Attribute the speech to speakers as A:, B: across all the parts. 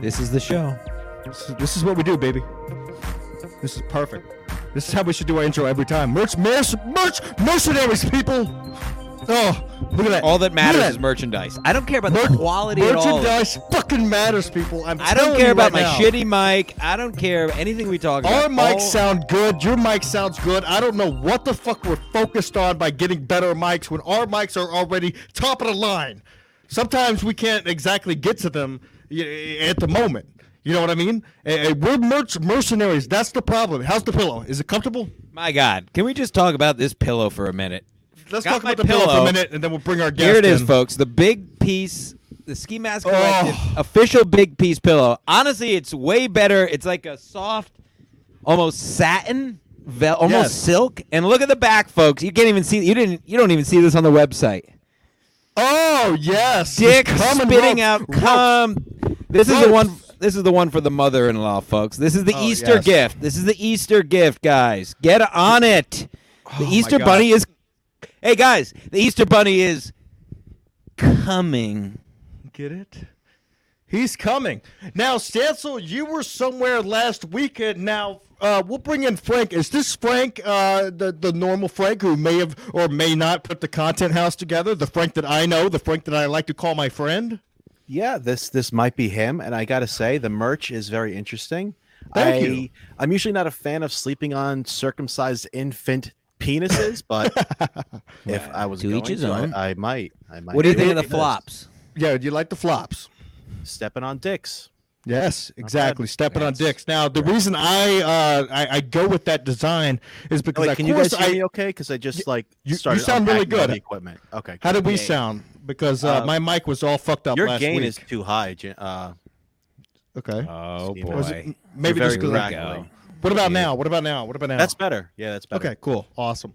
A: This is the show.
B: This is, this is what we do, baby. This is perfect. This is how we should do our intro every time. Merch, merch, merch, mercenaries, people. Oh, look at that.
A: All that matters
B: Look at
A: is merchandise. I don't care about
B: Mer-
A: the quality at all.
B: Merchandise fucking matters, people. I'm
A: I don't
B: telling
A: care
B: you
A: about
B: right
A: my
B: now.
A: shitty mic. I don't care anything we talk
B: Our
A: about.
B: mics
A: All-
B: sound good. Your mic sounds good. I don't know what the fuck we're focused on by getting better mics when our mics are already top of the line. Sometimes we can't exactly get to them y- at the moment. You know what I mean? Eh, eh, We're merc- mercenaries. That's the problem. How's the pillow? Is it comfortable?
A: My God, can we just talk about this pillow for a minute?
B: Let's
A: Got
B: talk
A: my
B: about the pillow. for
A: pillow.
B: a minute, and then we'll bring our guest
A: Here it is,
B: in.
A: folks. The big piece, the Ski Mask Collective
B: Oh.
A: official big piece pillow. Honestly, it's way better. It's like a soft, almost satin, vel- almost
B: Yes.
A: silk. And look at the back, folks. You can't even see. You didn't. You don't even see this on the website.
B: Oh yes,
A: Dick
B: It's coming
A: spitting out
B: rough. Rough.
A: cum. This is the
B: Ropes.
A: one. This is the one for the mother-in-law, folks. This is the
B: Oh,
A: Easter
B: yes.
A: gift. This is the Easter gift, guys. Get on it. The
B: my
A: Easter
B: God.
A: bunny is. Hey guys, the Easter bunny is coming.
B: Get it? He's coming. Now, Stancil, you were somewhere last weekend. Now, uh, we'll bring in Frank. Is this Frank, uh, the, the normal Frank who may have or may not put the content house together? The Frank that I know, the Frank that I like to call my friend?
C: Yeah, this this might be him, and I gotta say the merch is very interesting.
B: Thank
C: I,
B: you.
C: I'm usually not a fan of sleeping on circumcised infant penises, but if I was
A: To
C: going
A: each his
C: to, I-
A: own.
C: I, might. I might.
A: What do you think of the
C: it.
A: flops?
B: Yeah, you like the flops.
C: Stepping on dicks.
B: Yes, exactly. Stepping
A: That's-
B: on dicks. Now, the reason I, uh, I I go with that design is
C: Oh,
B: because
C: Wait,
B: of
C: can you
B: course
C: guys hear
B: I.
C: me okay? Because I just like
B: you- you
C: started
B: sound really
C: unpacking all
B: good.
C: The equipment. Okay.
B: How
C: good.
B: did we
C: Yeah,
B: sound? Because uh,
C: Uh,
B: my mic was all fucked up
C: Your
B: last
C: gain
B: week.
C: is too high. Jan- Uh,
B: okay.
A: Oh
C: Steve,
B: Was it-
A: boy.
B: maybe
C: You're
B: just
C: very
B: 'cause I-
C: rattly.
B: What about now? What about now? What about now?
C: that's better. Yeah, that's better.
B: okay. Cool. Awesome.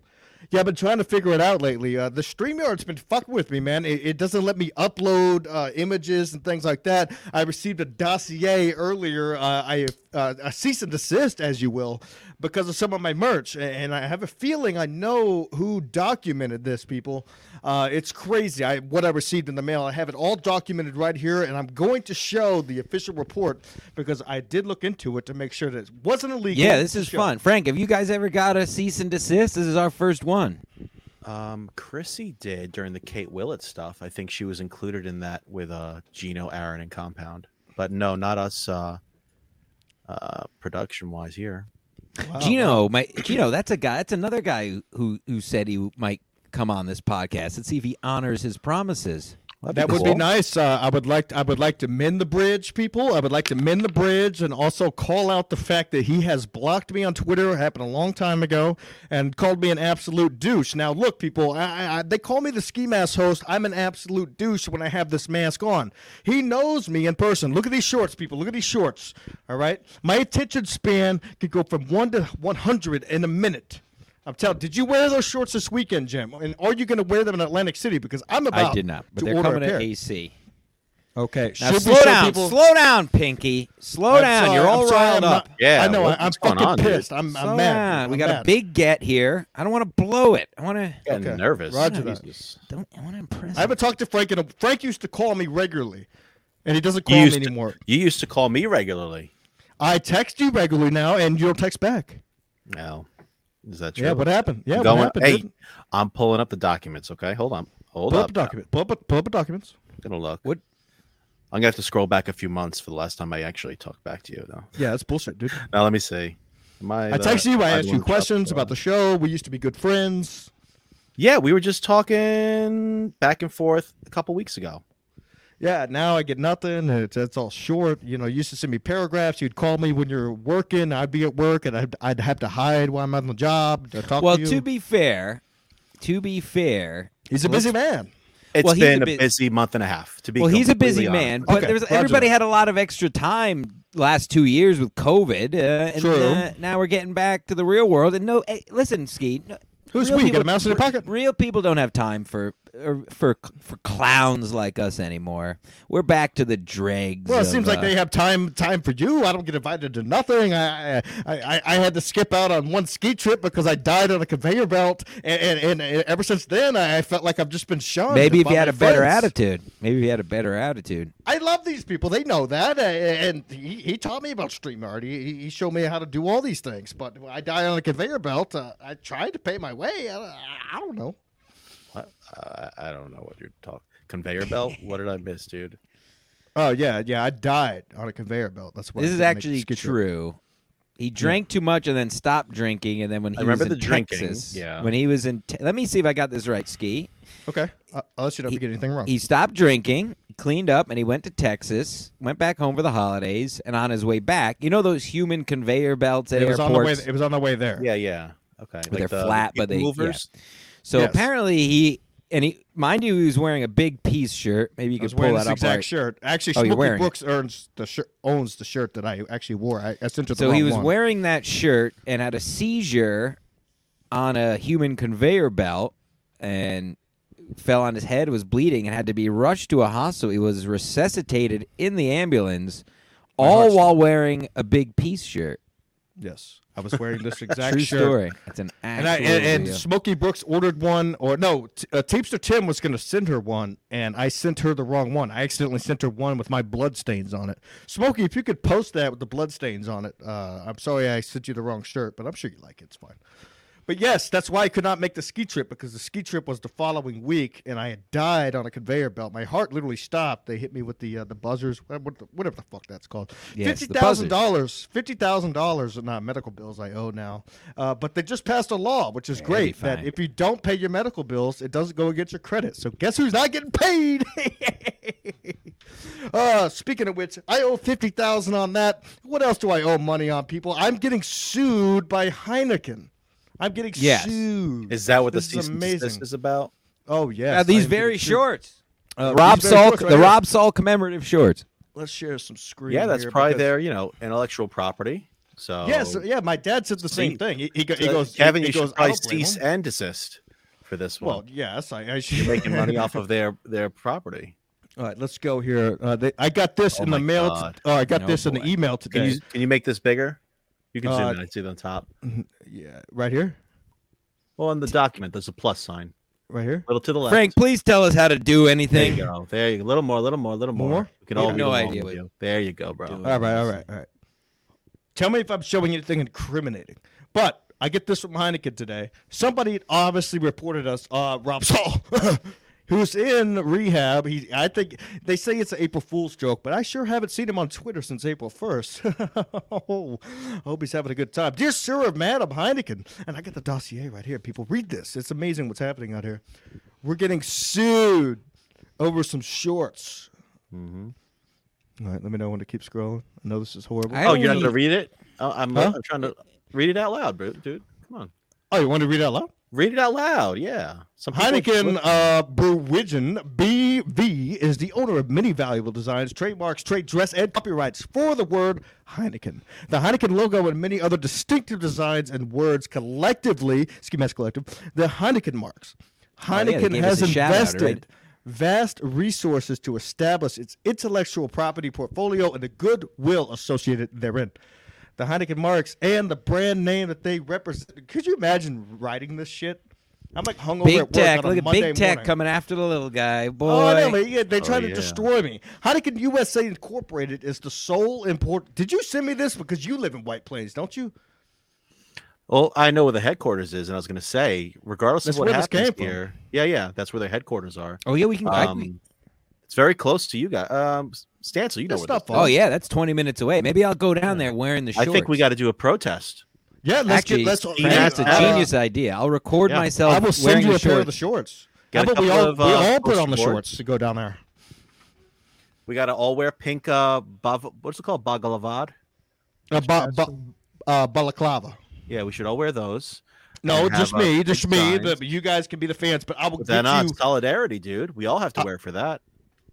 B: Yeah, I've been trying to figure it out lately. Uh, the StreamYard's been fucking with me, man. It, it doesn't let me upload uh, images and things like that. I received a dossier earlier, uh, I uh, a cease and desist, as you will, because of some of my merch. a- And I have a feeling I know who documented this, people. Uh, it's crazy. I what I received in the mail. I have it all documented right here, and I'm going to show the official report because I did look into it to make sure that it wasn't illegal.
A: Yeah, this
B: to
A: is
B: show.
A: fun. Frank, have you guys ever got a cease and desist? This is our first one.
C: Um, Chrissy did during the Kate Willett stuff. I think she was included in that with uh Gino, Aaron, and Compound. But no, not us. Uh, uh, production wise here.
B: Wow.
A: Gino, my Gino, that's a guy. That's another guy who who said he might come on this podcast. Let's see if he honors his promises.
B: That would be nice. Uh, I would like I would like to mend the bridge, people. I would like to mend the bridge and also call out the fact that he has blocked me on Twitter. It happened a long time ago, and called me an absolute douche. Now look, people, I, I, I- they call me the ski mask host. I'm an absolute douche when I have this mask on. He knows me in person. Look at these shorts, people. Look at these shorts. All right, my attention span could go from one to one hundred in a minute. I'm telling. Did you wear those shorts this weekend, Jim? And are you going to wear them in Atlantic City? Because I'm about.
A: I did not, but
B: to
A: they're
B: order a
A: coming
B: pair.
A: at AC.
B: Okay.
A: Now
B: should we
A: slow
B: show
A: down,
B: people-
A: slow down, Pinky. Slow
B: I'm
A: down.
B: sorry,
A: You're
B: I'm
A: all
B: sorry,
A: riled
B: I'm
A: up.
B: not-
C: Yeah,
B: I know.
C: what-
B: I, am
C: what's going
B: fucking
C: on, dude?
B: pissed. I'm,
A: Slow
B: I'm mad.
A: down.
B: I'm
A: we got
B: mad.
A: a big get here. I don't want to blow it. I want to
C: Getting
B: Okay,
C: nervous.
B: roger that.
C: Jesus.
A: don't. I want to impress.
B: I haven't talked to Frank in a. Frank used to call me regularly, and he doesn't
C: You
B: call me
C: used,
B: anymore.
C: to, you used to call me regularly.
B: I text you regularly now, and you don't text back.
C: No, is that true?
B: Yeah. What happened? Yeah.
C: Going-
B: What happened?
C: hey,
B: dude?
C: I'm pulling up the documents. Okay, hold on. Hold
B: Pull
C: up.
B: up the document. Pull up, pull up the documents.
C: I'm gonna look.
A: What-
C: I'm gonna have to scroll back a few months for the last time I actually talked back to you, though.
B: Yeah, that's bullshit, dude.
C: Now let me see. Am I,
B: I
C: the-
B: text you. I
C: am the
B: ask
C: one
B: you
C: who dropped
B: questions
C: the-
B: about the show. We used to be good friends.
C: Yeah, we were just talking back and forth a couple weeks ago.
B: Yeah, now I get nothing. It's, it's all short. You know, you used to send me paragraphs. You'd call me when you're working. I'd be at work, and I'd, I'd have to hide while I'm on the job to talk
A: well,
B: to
A: to,
B: you.
A: be fair, to be fair,
B: He's a busy man.
C: It's
A: Well, he's a
C: been a,
A: bu-
C: busy month and a half to be.
A: well, he's a busy
C: completely honest.
A: man, but
B: Okay,
A: there's
B: Roger
A: everybody
B: that.
A: had a lot of extra time last two years with COVID, uh, and
B: True.
A: uh, now we're getting back to the real world. And no, eh, listen, Ski. No,
B: Who's
A: real
B: we? Got
A: people-
B: a mouse in your
A: re-
B: pocket.
A: Real people don't have time for or for for clowns like us anymore. We're back to the dregs.
B: Well,
A: of,
B: it seems like
A: uh,
B: they have time time for you. I don't get invited to nothing. I I, I, I had to skip out on one ski trip because I died on a conveyor belt, and and, and, ever since then I, I felt like I've just been shunned.
A: Maybe if
B: by
A: you had a
B: my
A: better
B: friends.
A: attitude. Maybe if you had a better attitude.
B: I love these people. They know that, uh, and he, he taught me about StreamYard. He, he showed me how to do all these things. But I died on a conveyor belt. Uh, I tried to pay my way. I, I don't know.
C: What? Uh, I I don't know what you're talking. Conveyor belt? what did I miss, dude?
B: Oh yeah, yeah. I died on a conveyor belt. That's what
A: This
B: I
A: is
B: didn't make
A: actually
B: ski trip.
A: true. He drank too much and then stopped drinking, and then when he
C: I remember
A: was in
C: the drinking,
A: Texas,
C: yeah.
A: when he was in, te- let me see if I got this right, Ski.
B: Okay, uh, unless you don't
A: He-
B: get anything wrong.
A: He stopped drinking, cleaned up, and he went to Texas. Went back home for the holidays, and on his way back, you know those human conveyor belts at
B: it was
A: airports.
B: on the way. It was on the way there.
C: Yeah, yeah. Okay.
A: But they're flat, but
C: people
A: they-
C: movers.
A: so
B: Yes.
A: apparently he and he, mind you, he was wearing a big peace shirt. Maybe you
B: I was
A: could pull
B: wearing
A: that
B: this
A: up.
B: exact
A: Art.
B: shirt. Actually,
A: Oh, you're
B: Smokey
A: wearing it.
B: Brooks earns the shirt, owns the shirt that I actually wore. I, I sent her the
A: So he
B: wrong
A: was
B: one.
A: wearing that shirt and had a seizure on a human conveyor belt and fell on his head, was bleeding, and had to be rushed to a hospital. He was resuscitated in the ambulance, all
B: heart
A: while wearing a big peace shirt.
B: Yes, I was wearing this exact
A: True
B: shirt.
A: story. It's an
B: And,
A: actual
B: I, and, and
A: real-
B: Smokey Brooks ordered one, or no, T- uh, Teamster Tim was going to send her one, and I sent her the wrong one. I accidentally sent her one with my bloodstains on it. Smokey, if you could post that with the bloodstains on it, uh, I'm sorry I sent you the wrong shirt, but I'm sure you like it. It's fine. But yes, that's why I could not make the ski trip because the ski trip was the following week, and I had died on a conveyor belt. My heart literally stopped. They hit me with the uh, the buzzers, wha- what the- whatever the fuck that's called.
A: Yes,
B: fifty
A: the
B: thousand
A: buzzers.
B: dollars, fifty thousand dollars in uh, medical bills I owe now. Uh, but they just passed a law, which is
A: Yeah, it'll be
B: great. That
A: fine.
B: if you don't pay your medical bills, it doesn't go against your credit. So guess who's not getting paid? uh, speaking of which, I owe fifty thousand on that. What else do I owe money on, people? I'm getting sued by Heineken. I'm getting
A: Yes.
B: sued.
C: Is that what
B: This is
C: the season
B: amazing.
C: is about?
B: oh yes.
A: Now, these
B: I'm getting
A: very
B: sued.
A: shorts.
B: Uh,
A: Rob
B: these very
A: Saul,
B: shorts right
A: the
B: here.
A: Rob Saul commemorative shorts.
B: Let's share some screen.
C: Yeah, that's
B: here
C: probably
B: because-
C: their, you know, intellectual property. So
B: Yes, yeah. My dad said the same
C: See,
B: thing. He, he, go-
C: uh,
B: he goes, he-
C: Kevin,
B: he
C: you
B: goes,
C: should
B: "I
C: probably
B: don't blame
C: cease
B: him."
C: and desist for this one.
B: Well, yes, I, I should
C: making money off of their their property.
B: All right, let's go here. Uh, they, I got this
C: Oh
B: in the
C: my
B: mail. T-
C: God.
B: oh, I got
A: No
B: this in
A: boy.
B: the email
C: Can
B: today.
C: you can you make this bigger? You can
B: Uh,
C: zoom in. I see it on top.
B: Yeah, right here,
C: Well, on the document, there's a plus sign.
B: right here.
C: A little to the left.
A: Frank, please tell us how to do
C: there you
A: anything.
C: go. There you go. A little more. A little more. A little more.
B: More?
C: We can
B: You
C: all
B: have
C: read
A: no
C: along
A: idea
C: with
A: what-
C: you. There you go, bro.
A: Doing
B: All right, all right, all right. Tell me if I'm showing anything incriminating. But I get this from Heineken today. Somebody obviously reported us, uh, Rob Saul, who's in rehab. He, I think they say it's an April Fool's joke, but I sure haven't seen him on Twitter since April 1st. oh, I hope he's having a good time. Dear Sir of Madam Heineken, and I got the dossier right here. People, read this. It's amazing what's happening out here. We're getting sued over some shorts.
C: Mhm.
B: All right, let me know when to keep scrolling. I know this is horrible.
A: I
C: Oh, you're not
A: only-
C: gonna read it? Oh, I'm,
B: Huh?
C: I'm trying to read it out loud, bro, dude. Come on,
B: Oh, you want to read it out loud?
C: read it out loud. Yeah. Some people-
B: Heineken uh, Brewigen BV is the owner of many valuable designs, trademarks, trade dress, and copyrights for the word Heineken. The Heineken logo and many other distinctive designs and words collectively, Schemas Collective, the Heineken marks.
A: Oh, yeah, they
B: Heineken
A: gave us
B: has
A: a shout-out,
B: invested
A: right?
B: vast resources to establish its intellectual property portfolio and the goodwill associated therein. The Heineken marks and the brand name that they represent. Could you imagine writing this shit? I'm like hungover at
A: Big
B: work
A: Tech,
B: on a
A: look at
B: Monday
A: Big Tech
B: morning.
A: coming after the little guy. Boy,
B: Oh, I know, but yeah, they try to
C: yeah.
B: destroy me. Heineken USA Incorporated is the sole import. Did you send me this because you live in White Plains, don't you?
C: Well, I know where the headquarters is, and I was gonna say, regardless
B: That's
C: of what
B: where this
C: happens
B: came from.
C: here, yeah, yeah, that's where their headquarters are.
A: oh yeah, we can. I- we-
C: Um, it's very close to you guys. Um, Stancil, you know
B: That's
C: where
B: not
C: this
B: far.
A: Oh yeah, that's twenty minutes away. Maybe I'll go down there wearing the
C: I
A: shorts.
C: think we got to do a protest.
B: Yeah, let's
A: Actually,
B: get let's.
C: Frank,
A: that's a
C: uh,
A: genius idea. I'll record
C: yeah.
A: myself.
B: I will
A: wearing
B: send you
A: the
B: a pair of the
A: shorts.
B: shorts.
C: Got
B: How
C: a
B: about we
C: couple
B: all
C: of,
B: we
C: uh,
B: all put on
C: poster
B: the
C: boards.
B: shorts to go down there?
C: We got to all wear pink. Uh, bav- what's it called? Bagalavad.
B: Uh, ba- ba- uh, balaclava.
C: Yeah, we should all wear those.
B: No,
C: And
B: just
C: have, uh,
B: me, just
C: big
B: me.
C: signs.
B: But you guys can be the fans. But I will
C: But
B: get
C: then uh, on
B: you.
C: solidarity, dude. We all have to wear for that.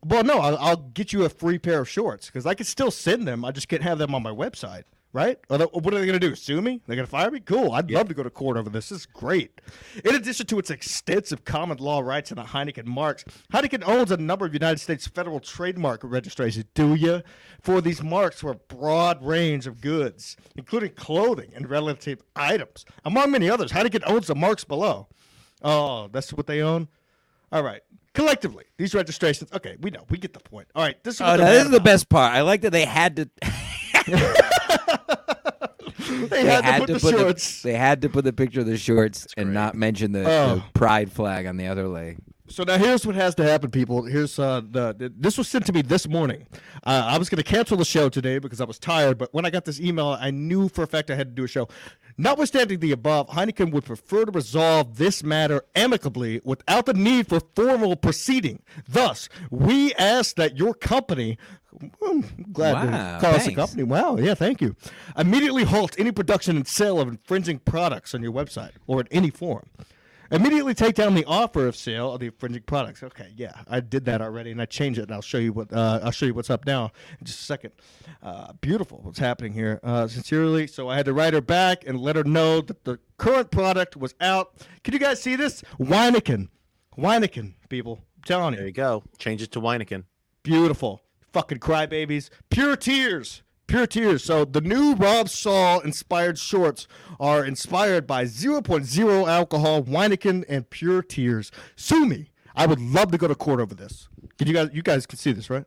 B: Well, no, I'll, I'll get you a free pair of shorts because I can still send them. I just can't have them on my website, right? Or the- what are they going to do? Sue me? They're going to fire me? Cool. I'd love to go to court over this. This is great. In addition to its extensive common law rights and the Heineken marks, Heineken owns a number of United States federal trademark registrations. Do you? For these marks for a broad range of goods, including clothing and relative items, among many others. Heineken owns the marks below. Oh, that's what they own. All right. Collectively, these registrations. Okay, we know. We get the point. All right. This is,
A: Oh,
B: what
A: now
B: they're
A: this
B: mad
A: is the
B: about.
A: best part. I like that they had to.
B: They,
A: They
B: had, to put the
A: put
B: shorts.
A: The, they had to put the picture of the shorts and not mention the, the
B: Oh.
A: pride flag on the other leg.
B: So now here's what has to happen, people. Here's uh, the, the- this was sent to me this morning. Uh, I was going to cancel the show today because I was tired, but when I got this email, I knew for a fact I had to do a show. Notwithstanding the above, Heineken would prefer to resolve this matter amicably without the need for formal proceeding. Thus, we ask that your company. I'm glad
A: Wow,
B: to call us a
A: thanks.
B: company. Wow, yeah, thank you. Immediately halt any production and sale of infringing products on your website or in any form. Immediately take down the offer of sale of the infringing products. Okay, yeah, I did that already, and I changed it, and I'll show you what uh, I'll show you what's up now in just a second. Uh, beautiful, what's happening here? Uh, sincerely, so I had to write her back and let her know that the current product was out. Can you guys see this? Weineken, Weineken, people, I'm telling
C: There
B: you,
C: you go. Change it to Weineken.
B: beautiful. Fucking crybabies. Pure tears. Pure tears. So the new Rob Saul inspired shorts are inspired by 0.0 alcohol, Weineken, and pure tears. Sue me. I would love to go to court over this. Can you guys you guys can see this, right?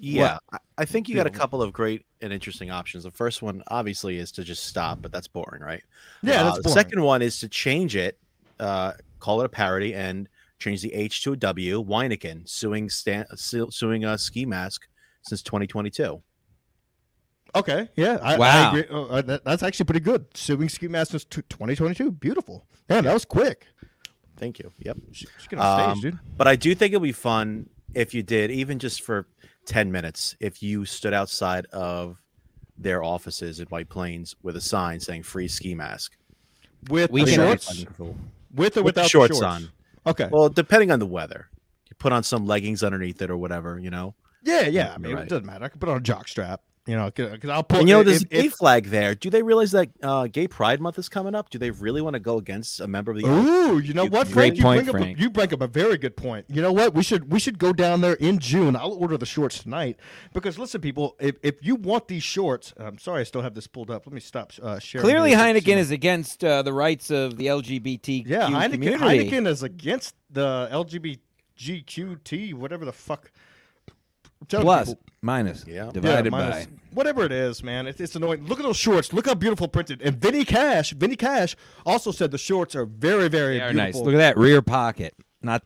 C: Yeah, I I think you got a couple of great and interesting options. The first one, obviously, is to just stop, but that's boring, right?
B: Yeah,
C: Uh,
B: that's
C: The
B: boring.
C: second one is to change it, uh, call it a parody, and change the H to a W. Weineken suing Stan, su- suing a ski mask since 2022.
B: Okay. Yeah. I,
A: Wow.
B: I agree. Uh, uh, that, that's actually pretty good. Suing Ski Masters t- 2022. Beautiful. Man, that was quick.
C: Thank you. Yep.
B: She- She's getting on
C: Um,
B: stage, dude.
C: But I do think it'll be fun if you did, even just for 10 minutes, if you stood outside of their offices in White Plains with a sign saying "Free ski mask."
B: With
A: we
B: the
A: can-
B: shorts? With or
C: With the
B: without the
C: shorts on.
B: Okay.
C: Well, depending on the weather, you put on some leggings underneath it or whatever, you know.
B: yeah, yeah. I
C: You're
B: mean,
C: right.
B: it doesn't matter. I can put on a jock strap. You know, because I'll pull.
C: And you know,
B: if-
C: there's a
B: if-
C: gay flag there. Do they realize that uh, Gay Pride Month is coming up? Do they really want to go against a member of the?
B: Ooh, you know
C: You-
B: what, Frank?
C: great
B: You
A: point,
B: bring, Up
A: Frank.
B: a, you bring up a very good point. You know what? We should we should go down there in June. I'll order the shorts tonight because listen, people, if, if you want these shorts, I'm sorry, I still have this pulled up. Let me stop uh, sharing.
A: Clearly,
B: here so you can see
A: Heineken is against uh, the rights of the LGBTQ
B: Yeah, Heineken,
A: community.
B: Heineken is against the LGBTQT, whatever the fuck. I'm telling
A: Plus,
B: people-
A: minus,
C: Yeah.
A: divided
B: minus-
A: by.
B: whatever it is, man. It's, it's annoying. Look at those shorts. Look how beautiful printed. And Vinny Cash, Vinny Cash also said the shorts are very, very
A: They are nice.
B: beautiful.
A: Look at that rear pocket. Not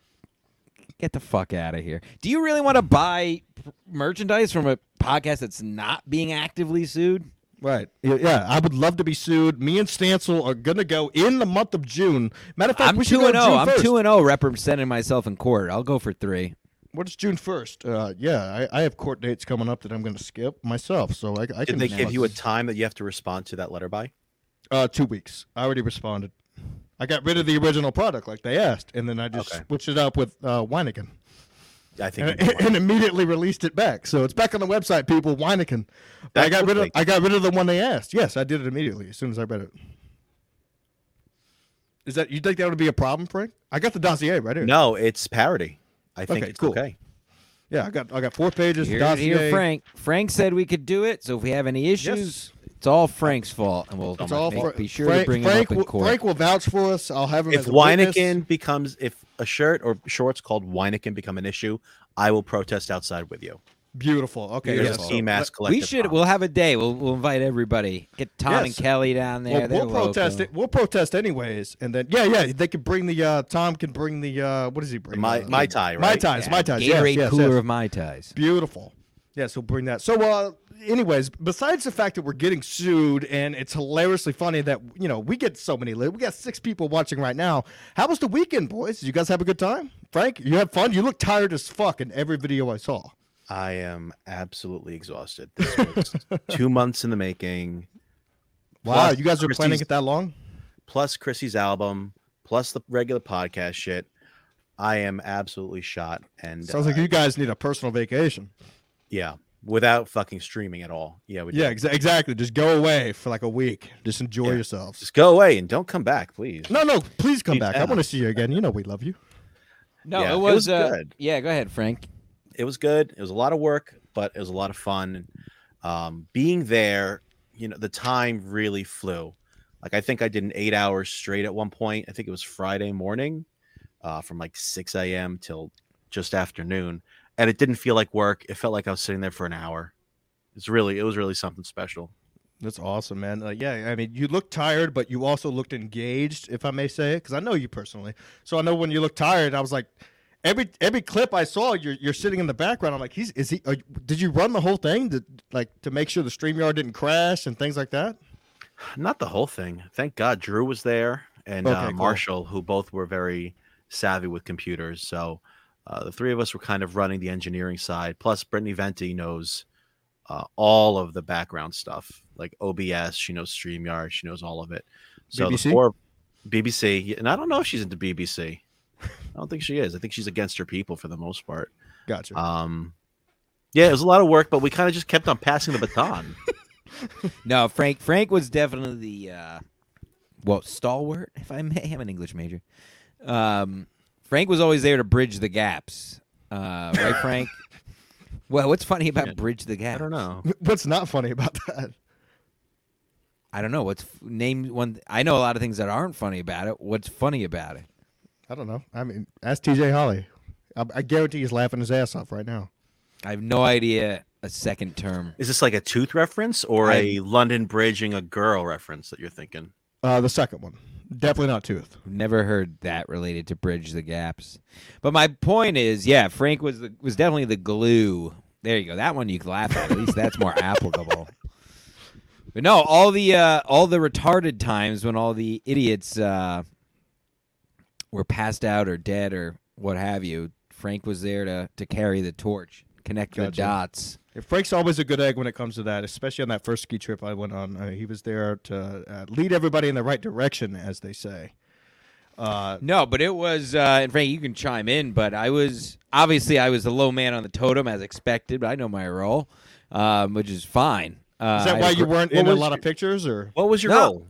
A: get the fuck out of here. Do you really want to buy p- merchandise from a podcast that's not being actively sued?
B: Right. Yeah, yeah, I would love to be sued. Me and Stancil are gonna go in the month of June. Matter of fact,
A: I'm
B: we should
A: two
B: go
A: and
B: June
A: zero. I'm
B: 1st.
A: two and zero representing myself in court. I'll go for three.
B: What is June first? Uh, yeah, I, I have court dates coming up that I'm gonna skip myself. So I, I can.
C: Did they
B: just
C: give
B: fuck-
C: you a time that you have to respond to that letter by?
B: uh, two weeks? I already responded. I got rid of the original product like they asked, and then I just
C: Okay.
B: switched it up with uh, Weineken
C: I
B: and,
C: think. you do.
B: and immediately released it back. So it's back on the website, people. Weineken. But I
C: That's
B: got rid of.
C: okay.
B: I got rid of the one they asked. Yes, I did it immediately as soon as I read it. Is that you think that would be a problem, Frank? I got the dossier right here.
C: no, it's parody. I think
B: Okay,
C: it's
B: cool.
C: okay.
B: Yeah, I got I got four pages.
A: Here,
B: dossier.
A: here, Frank. Frank said we could do it. So if we have any issues, it's all Frank's fault, and we'll
B: It's all
A: make-
B: Fra-
A: be sure
B: Frank,
A: to bring
B: Frank,
A: him up in
B: will-
A: court.
B: Frank will vouch for us. I'll have him
C: If
B: as a witness.
C: Weineken becomes, if a shirt or shorts called Weineken become an issue, I will protest outside with you.
B: Beautiful. Okay.
C: There's
B: yeah,
C: a
B: so-
C: ski mask
A: we
C: collective
A: should.
C: problem.
A: We'll have a day. We'll, we'll invite everybody. Get Tom and
B: Yes.
A: Kelly down there.
B: Well,
A: They're
B: we'll protest
A: local.
B: it. We'll protest anyways, and then yeah, yeah. They can bring the uh, Tom can bring the uh, what does he bring?
C: My
B: uh,
C: my tie,
B: my
C: right?
B: ties,
A: Yeah,
B: my ties. Yes,
A: Gatorade
B: yes,
A: cooler
B: yes.
A: of my ties.
B: Beautiful. Yes, we'll bring that. So, uh, anyways, besides the fact that we're getting sued and it's hilariously funny that you know we get so many, li- we got six people watching right now. How was the weekend, boys? Did you guys have a good time? Frank, you had fun. You look tired as fuck in every video I saw.
C: I am absolutely exhausted. This was two months in the making.
B: Wow,
C: Plus,
B: you guys are planning
C: Christie's-
B: it that long?
C: plus Chrissy's album, plus the regular podcast shit. I am absolutely shot. And
B: Sounds
C: uh,
B: like you guys need a personal vacation.
C: yeah, without fucking streaming at all. Yeah, we do.
B: Yeah, exa- exactly. Just go away for like a week. Just enjoy
C: Yeah.
B: yourselves.
C: Just go away and don't come back, please.
B: No, no, please come
C: Please,
B: back. I
C: yeah.
B: want to see you again. You know we love you.
A: No,
C: Yeah,
A: it
C: it
A: was,
C: was
A: uh,
C: good.
A: Yeah, go ahead, Frank.
C: it was good. It was a lot of work, but it was a lot of fun. And um, being there, you know, the time really flew. Like I think I did an eight hours straight at one point. I think it was Friday morning, uh, from like six a.m. till just afternoon, and it didn't feel like work. It felt like I was sitting there for an hour. It's really, it was really something special.
B: That's awesome, man. Uh, yeah, I mean, you looked tired, but you also looked engaged, if I may say it, because I know you personally. So I know when you look tired, I was like, every every clip I saw, you're you're sitting in the background. I'm like, he's is he? Are, you- did you run the whole thing? To, like to make sure the streamyard didn't crash and things like that.
C: Not the whole thing. Thank God Drew was there and
B: Okay,
C: uh,
B: cool.
C: Marshall, who both were very savvy with computers. So uh, the three of us were kind of running the engineering side. Plus, Brittany Venti knows uh, all of the background stuff, like OBS. She knows StreamYard. She knows all of it. So the
B: BBC?
C: four, BBC, and I don't know if she's into BBC. I don't think she is. I think she's against her people for the most part.
B: Gotcha.
C: Um, yeah, it was a lot of work, but we kind of just kept on passing the baton.
A: No, Frank. Frank was definitely the uh, well stalwart, if I may. I'm an English major. Um, Frank was always there to bridge the gaps, uh, right, Frank? well, what's funny about
C: Yeah.
A: bridge the
C: I
A: gap?
C: don't know.
B: What's not funny about that?
A: I don't know. What's f- name one? I know a lot of things that aren't funny about it. What's funny about it?
B: I don't know. I mean, ask TJ Holly. I, I guarantee he's laughing his ass off right now.
A: I have no idea. A second term.
C: Is this like a tooth reference or
A: I-
C: a London bridging a girl reference that you're thinking?
B: Uh, the second one, definitely not tooth.
A: Never heard that related to bridge the gaps. But my point is, yeah, Frank was the, was definitely the glue. There you go. That one you can laugh at. At least that's more applicable. But no, all the uh, all the retarded times when all the idiots uh, were passed out or dead or what have you, Frank was there to to carry the torch, connect the
B: Gotcha.
A: dots.
B: Yeah, Frank's always a good egg when it comes to that, especially on that first ski trip I went on. Uh, he was there to uh, lead everybody in the right direction, as they say. Uh,
A: No, but it was, uh, and Frank, you can chime in. But I was obviously I was the low man on the totem as expected. But I know my role, um, which is fine. Uh,
B: is that
A: I
B: why you
A: agree-
B: weren't
C: What
B: in a
C: was
B: lot
C: your-
B: of pictures, or
C: What was your
A: No.
C: role?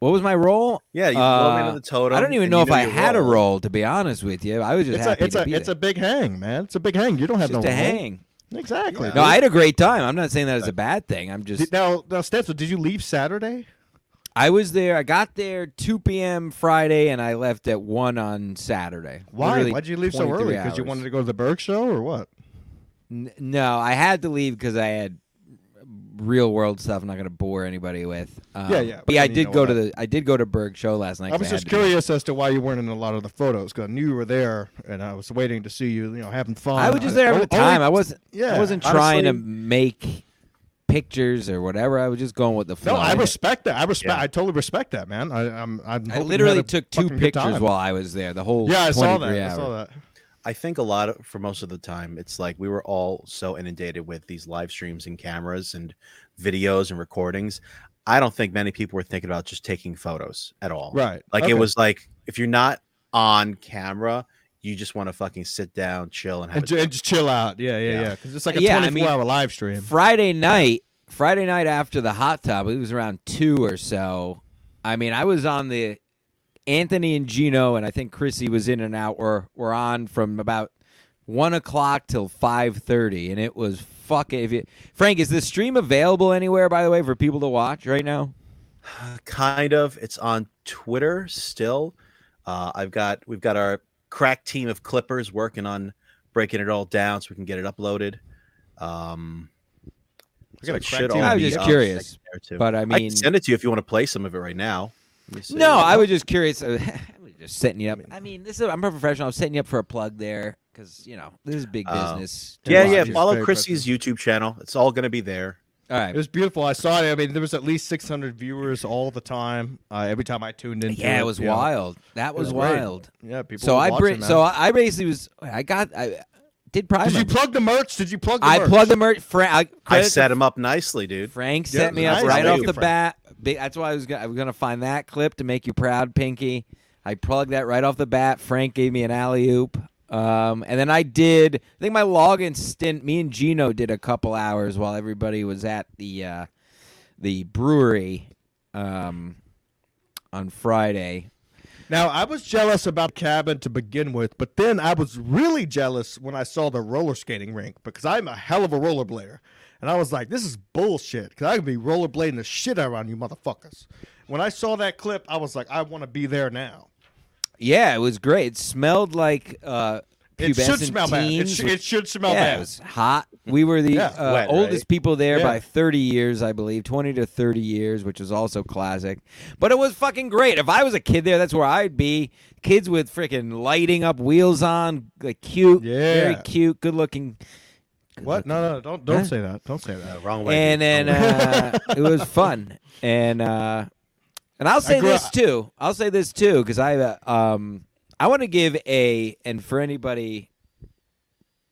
A: What was my role?
C: Yeah, you
A: Uh,
C: uh, into the totem.
A: I don't even
C: and
A: know
C: you
A: if I
C: your
A: had a role, to be honest with you. I was just
B: it's
A: happy
B: a it's
A: to
B: a
A: be
B: it's
A: there.
B: a big hang, man. It's a big hang. You don't have
A: just
B: no
A: a
B: role.
A: hang.
B: Exactly.
C: Yeah.
A: No,
B: dude.
A: I had a great time. I'm not saying that as a bad thing. I'm just
B: Did- now now Stetzel, did you leave Saturday?
A: I was there. I got there 2 p.m. Friday, and I left at one on Saturday.
B: Why?
A: Literally
B: Why'd you leave so
A: 23
B: early? Because you
A: hours.
B: wanted to go to the Berg show, or what?
A: N- no, I had to leave because I had real world stuff. I'm not going to bore anybody with. Um,
B: Yeah, yeah,
A: But yeah, I
B: and you
A: did
B: know
A: go to
B: what?
A: the I did go to Berg show last night.
B: I
A: 'cause
B: was
A: had
B: just
A: to be-
B: curious as to why you weren't in a lot of the photos because I knew you were there, and I was waiting to see you, you know, having fun. Uh,
A: I was just there having a
B: Only-
A: time. I wasn't.
B: Oh, yeah,
A: I wasn't trying to
C: honestly-
A: make pictures or whatever. I was just going with the flow.
B: No, I
A: had-
B: respect that. I respect.
C: Yeah.
B: I totally respect that, man. I, I'm. I'm hoping
A: I
B: you had
A: literally
B: a
A: took two
B: fucking good
A: pictures
B: time.
A: while I was there. The whole
B: Yeah, I saw that.
A: 23
B: I
A: hours.
B: saw that.
C: I think a lot of for most of the time, it's like we were all so inundated with these live streams and cameras and videos and recordings. I don't think many people were thinking about just taking photos at all.
B: Right.
C: Like
B: Okay.
C: it was like if you're not on camera, you just want to fucking sit down, chill, and have
B: And,
C: a
B: ju- and just chill out. Yeah, yeah,
C: Yeah.
B: yeah. Because it's like a
A: Yeah, I
B: 24
A: mean-
B: hour live stream.
A: Friday night, Friday night after the hot tub, it was around two or so. I mean, I was on the Anthony and Gino, and I think Chrissy was in and out. Were were on from about one o'clock till five thirty, and it was fucking. If you, Frank, is the stream available anywhere? By the way, for people to watch right now.
C: kind of it's on twitter still uh, i've got we've got our crack team of clippers working on breaking it all down so we can get it uploaded um
B: We got a
C: it
B: crack
C: should
B: team
C: all
B: of
A: I was
B: clippers.
C: be
A: just
C: up
A: curious,
C: uh, there, too.
A: but I
C: I can
A: mean-
C: send it to you if you want to play some of it right now Let me see.
A: No, I was just curious. I was just setting you up. I mean, this is I'm a professional. I'm setting you up for a plug there because you know this is big
C: Oh.
A: business. to
C: yeah
A: watch
C: yeah
A: it.
B: Well-
C: follow
B: very
C: chrissy's youtube channel it's all going to be there
A: All right.
B: It was beautiful. I saw it. I mean, there was at least 600 viewers all the time. Uh, every time I tuned in.
A: Yeah, it was wild. That was,
B: was great.
A: wild.
B: Yeah, people.
A: So
B: were
A: I
B: watching
A: bri-
B: that.
A: so I I basically was I got I did prime.
B: Did you
A: members.
B: plug the merch? Did you plug? the
A: I
B: merch?
A: plugged the merch. Frank,
C: i set him up nicely dude
A: Frank
B: Yeah,
A: set me up
B: nice.
A: right
B: Thank
A: off
B: you,
A: the
B: Frank.
A: bat. Big- That's why I was gonna, I was gonna find that clip to make you proud, Pinky. I I plugged that right off the bat. Frank gave me an alley oop. Um, and then I did, I think my login stint, me and Gino did a couple hours while everybody was at the uh, the brewery um, on Friday.
B: Now I was jealous about cabin to begin with, but then I was really jealous when I saw the roller skating rink because I'm a hell of a rollerblader, and I was like, "This is bullshit." Because I could be rollerblading the shit out of you motherfuckers. When I saw that clip, I was like, "I want to be there now."
A: Yeah, it was great. It smelled like uh,
B: It should
A: pubescent
B: smell bad. It,
A: teens
B: sh-
A: with
B: it should smell
A: yeah,
B: bad.
A: it was hot. We were the
B: Yeah,
A: uh,
C: wet,
A: oldest
C: right?
A: people there
B: Yeah.
A: by 30 years, I believe, 20 to 30 years, which is also classic. But it was fucking great. If I was a kid there, that's where I'd be. Kids with freaking lighting up wheels on, like cute, very
B: Yeah.
A: cute, good looking.
B: what? No, no, no, don't don't
A: Huh?
B: say that. Don't say that.
C: Uh, wrong way.
A: And then uh, it was fun. And uh, and I'll say
B: grew
A: this
B: up-
A: too. I'll say this too because I uh, um I want to give a and for anybody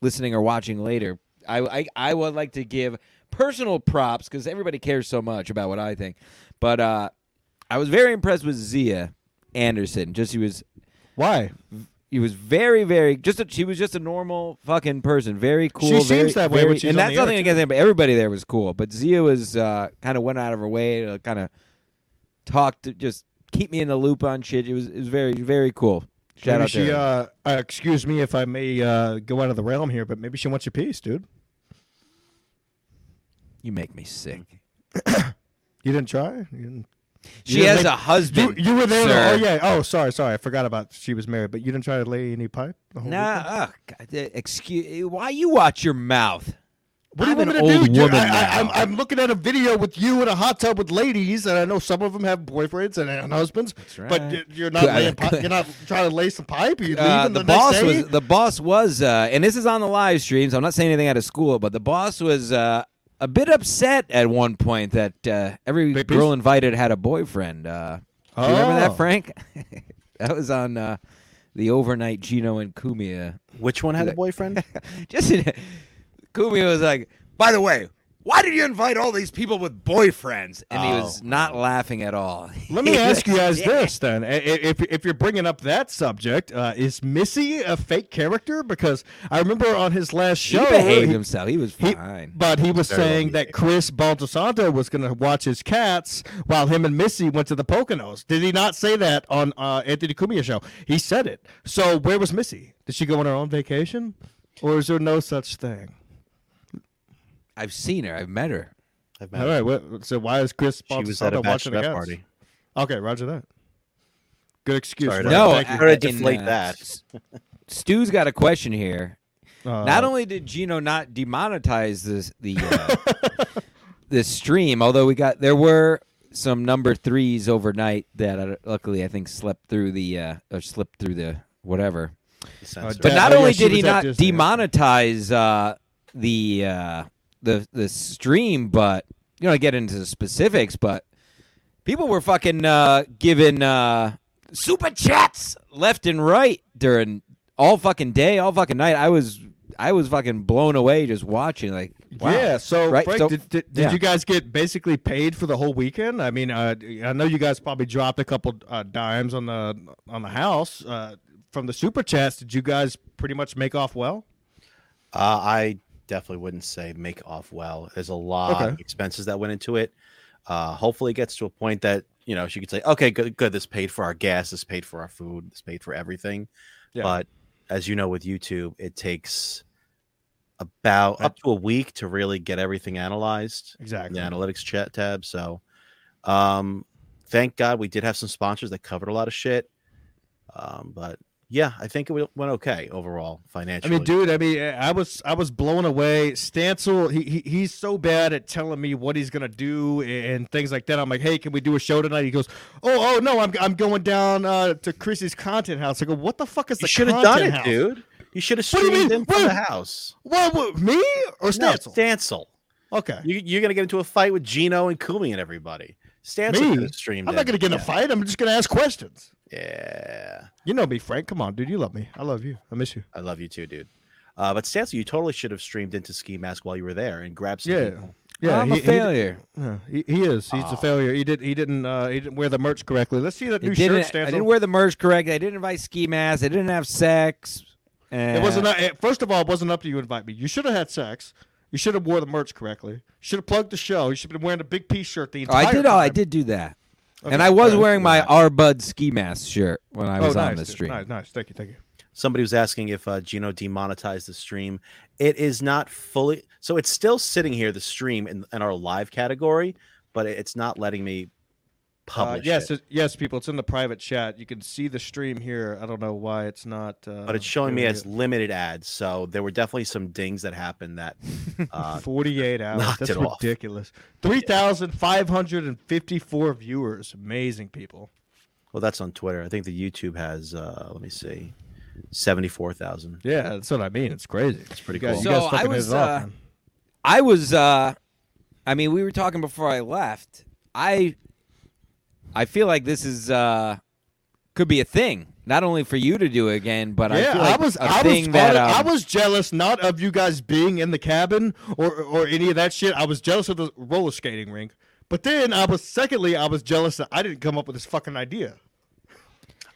A: listening or watching later, I I, I would like to give personal props because everybody cares so much about what I think. But uh, I was very impressed with Zia Anderson. Just he was
B: Why?
A: he was very, very just. A, she was just a normal fucking person. Very cool.
B: She seems
A: very-
B: that way
A: very-
B: when she's
A: and
B: on
A: that's
B: the air,
A: nothing
B: too.
A: against anybody. Everybody there was cool, but Zia was uh, kind of went out of her way to kind of talk to just keep me in the loop on shit. It was it was very very cool. Shout
B: maybe
A: out to
B: she.
A: her.
B: Uh, uh, excuse me if I may uh, go out of the realm here, but maybe she wants your piece, dude.
A: you make me sick.
B: You didn't try. You didn't
A: She
B: You
A: has
B: make-
A: a
B: You,
A: husband.
B: you were there.
A: sir.
B: Oh yeah. Oh, sorry, sorry. I forgot about she was married, but you didn't try to lay any pipe. The whole
A: Nah,
B: weekend?
A: ugh, God, uh, excuse. Why you watch your mouth?
B: What do you
A: I'm
B: want
A: an
B: me to do?
A: old
B: You-
A: woman
B: I, I,
A: now.
B: I'm, I'm looking at a video with you in a hot tub with ladies, and I know some of them have boyfriends and, and husbands. But
A: right.
B: you- you're not
A: Good.
B: laying pi- You're not trying to lay some pipe. Are you
A: Uh,
B: leaving
A: the,
B: the, next
A: boss
B: day?
A: was the boss was uh, and this is on the live stream so i'm not saying anything out of school but the boss was uh, a bit upset at one point that uh, every
B: Big
A: girl
B: piece?
A: invited had a boyfriend uh, do you remember
B: Oh.
A: that frank that was on uh, the overnight gino and kumia
C: Which one had a boyfriend?
A: just in, kumia was like by the way why did you invite all these people with boyfriends and he was not laughing at all
B: Oh. Let me ask you guys this then: I- I- if if you're bringing up that subject, uh, is Missy a fake character? Because I remember on his last
A: he
B: show,
A: behaved
B: he-
A: himself he was
B: He-
A: fine
B: but he was
C: Very well
B: saying that
C: behaved.
B: Chris Baldasanto was going to watch his cats while him and Missy went to the Poconos. Did he not say that on uh, Anthony Cumia's show? He said it. So where was Missy? Did she go on her own vacation, or is there no such thing?
A: i've seen her i've met her
C: I've
B: All
C: met
B: right. What, so why is Chris
C: her. She was at a
B: Baldasanto watching the
C: bachelorette
B: cats?
C: party.
B: Okay, Roger that. Good excuse.
C: Sorry,
B: Frank.
A: No,
B: Thank
A: I-
B: you.
C: Try to
A: in, uh,
C: deflate that.
A: S- Stu's got a question here.
C: Uh-huh.
B: Uh,
A: not only did Gino not demonetize this the uh, the stream, although we got there were some number threes overnight that uh, luckily I think slept through the uh, or slipped through the whatever.
C: Censored.
A: But
B: Yeah,
A: not
B: oh, yeah,
A: only
B: she
A: did he
B: was at
A: not
B: Disney, yeah.
A: demonetize uh, the uh, the the stream, but you don't get into the specifics, but people were fucking uh, giving uh, super chats left and right during all fucking day, all fucking night. I was I was fucking blown away just watching. Like, wow.
B: Yeah. So,
A: Right,
B: Frank,
A: so-
B: did, did, did
A: yeah.
B: you guys get basically paid for the whole weekend? I mean, uh, I know you guys probably dropped a couple uh, dimes on the on the house uh, from the super chats. Did you guys pretty much make off well?
C: Uh, I definitely wouldn't say make off well. There's a lot of
B: Okay.
C: expenses that went into it. Uh, hopefully, it gets to a point that you know she could say, "Okay, good, good. This paid for our gas. This paid for our food. This paid for everything."
B: Yeah.
C: But as you know, with YouTube, it takes about up to a week to really get everything analyzed. in
B: Exactly.
C: The analytics chat tab. So, um, thank God we did have some sponsors that covered a lot of shit. Um, but yeah, I think it went went okay overall
B: I
C: financially.
B: mean, dude. I mean, I was I was blown away. Stancil, he, he he's so bad at telling me what he's gonna do and things like that. I'm like, hey, can we do a show tonight? He goes, oh, oh no, I'm I'm going down uh, to Chrissy's content house. I go, what the fuck is
C: You
B: the
C: should have
B: content
C: done it,
B: house?
C: dude. You should have
B: What do you
C: streamed
B: mean?
C: him from the
B: What?
C: house.
B: Well, well, me or
C: No,
B: Stancil?
C: Stancil.
B: okay.
C: You, you're gonna get into a fight with Gino and Kumi and everybody. Stancil
B: Me?
C: could have streamed.
B: I'm not
C: him.
B: going to get in a fight. I'm just going to ask questions.
C: Yeah,
B: You know me, Frank. Come on, dude. You love me. I love you. I miss you.
C: I love you too, dude. Uh, but Stancil, you totally should have streamed into Ski Mask while you were there and grabbed some
B: Yeah.
C: people
B: Yeah,
A: I'm
B: he-
A: a
B: he-
A: failure. Ah.
B: Yeah, he, he is. He's a failure. He did. He didn't. Uh, he didn't wear the merch correctly. Let's see that
A: I
B: new
A: didn't,
B: shirt stands.
A: I didn't
B: on-
A: wear the merch correctly. I didn't invite ski masks. I didn't have sex.
B: it wasn't. uh, eh, First of all, it wasn't up to you to invite me. You should have had sex. You should have wore the merch correctly. Should have plugged the show. You should have been wearing a big P-shirt
A: Oh,
B: the entire.
A: I did.
B: Time.
A: Oh, I did do that. and I was wearing my R Bud ski mask shirt when I
B: Oh,
A: was
B: nice,
A: on the
B: dude.
A: stream.
B: Nice, nice. Thank you, thank you.
C: Somebody was asking if uh, Gino demonetized the stream. It is not fully, so it's still sitting here, the stream in, in our live category, but it- it's not letting me
B: Uh,
C: publish.
B: yes,
C: it,
B: it, yes, people. It's in the private chat. You can see the stream here. I don't know why it's not. Uh,
C: but it's showing me
B: doing
C: as
B: it.
C: limited ads. So there were definitely some dings that happened that uh,
B: 48 hours.
C: knocked
B: That's
C: it off.
B: ridiculous. 3,554 viewers. Amazing people.
C: Well, that's on Twitter. I think the YouTube has, uh, let me see, 74,000.
B: Yeah, that's what I mean. It's crazy. It's
C: pretty
B: you guys,
C: cool.
B: You guys
A: So I
B: fucking hit
A: was,
B: it off,
A: uh,
B: man.
A: I was uh I mean we were talking before I left. I I feel like this is uh could be a thing. Not only for you to do again, but I
B: yeah,
A: feel like
B: I was,
A: a
B: I was,
A: thing that
B: funny-
A: um,
B: I was jealous not of you guys being in the cabin or or any of that shit. I was jealous of the roller skating rink. But then I was, secondly, I was jealous that I didn't come up with this fucking idea.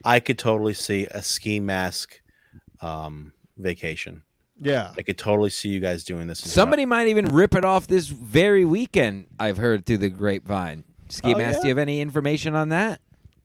C: I could totally see a ski mask um, vacation.
B: Yeah,
C: I could totally see you guys doing this. in Toronto.
A: somebody might even rip it off this very weekend. I've heard through the grapevine. Ski
C: Oh,
A: Mask, do you have any information on that?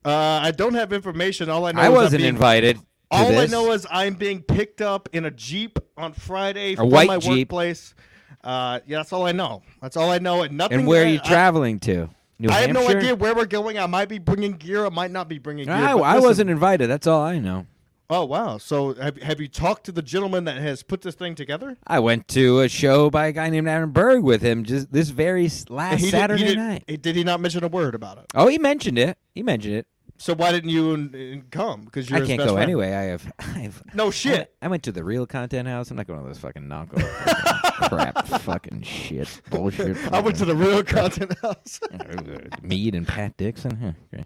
B: uh, I don't have information. All I know
A: I
B: is I'm
A: wasn't
B: being-
A: invited. to
B: All I
A: this.
B: know is I'm being picked up in a jeep on Friday from
A: white
B: my
A: Jeep.
B: workplace. Uh, yeah, that's all I know. That's all I know. And nothing.
A: and where are you
B: I-
A: traveling to? New
B: I, I have no
A: Hampshire?
B: idea where we're going. I might be bringing gear. I might not be bringing gear.
A: I,
B: but
A: I
B: listen-
A: wasn't invited. That's all I know.
B: Oh wow! So have, have you talked to the gentleman that has put this thing together?
A: I went to a show by a guy named Aaron Berg with him just this very s- last
B: he
A: Saturday
B: did, he
A: night.
B: Did, did he not mention a word about it?
A: Oh, he mentioned it. He mentioned it.
B: So why didn't you n- n- come? Because
A: I
B: you're his
A: can't
B: best
A: go
B: friend.
A: anyway. I have. I have
B: No shit.
A: I went to the real content house. I'm not going to this fucking knockoff fucking crap, fucking shit, bullshit.
B: I went to the real content house.
A: fucking- uh, Mead and Pat Dixon. Huh, great.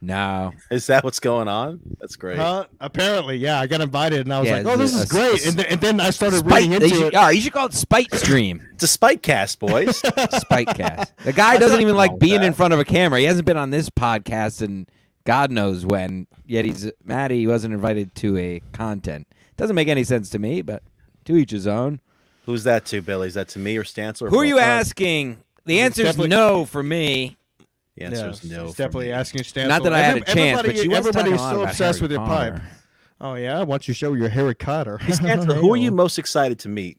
A: No,
C: Is that what's going on? That's great.
B: Huh? Apparently, yeah. I got invited, and I was
A: Yeah,
B: like, "Oh, this
A: the-
B: is
A: a s-
B: great!" And, th- and then I started
A: Spike.
B: reading
A: they
B: into
A: should,
B: it.
A: all right, you should call it Spike Stream,
C: It's a spike cast, boys.
A: Spike Cast. The guy doesn't even like
C: wrong with
A: being in
C: that.
A: front of a camera. He hasn't been on this podcast in God knows when. Yet he's Maddie. He wasn't invited to a content. Doesn't make any sense to me, but to each his own.
C: Who's that to, Billy? Is that to me or Stance? Or
A: Who are you
C: both?
A: asking? The answer's
B: definitely-
A: no for me.
C: The
B: Yeah,
C: answer's
B: he's
C: no. for
B: definitely
C: me.
B: asking Stan.
A: Not that I had a chance, but she was
B: everybody
A: talking
B: was
A: a lot
B: so
A: about
B: obsessed
A: Harry
B: with your pipe.
A: Potter.
B: Oh yeah, I want you to show your Harry Potter.
C: Hey, Stance, who are you most excited to meet?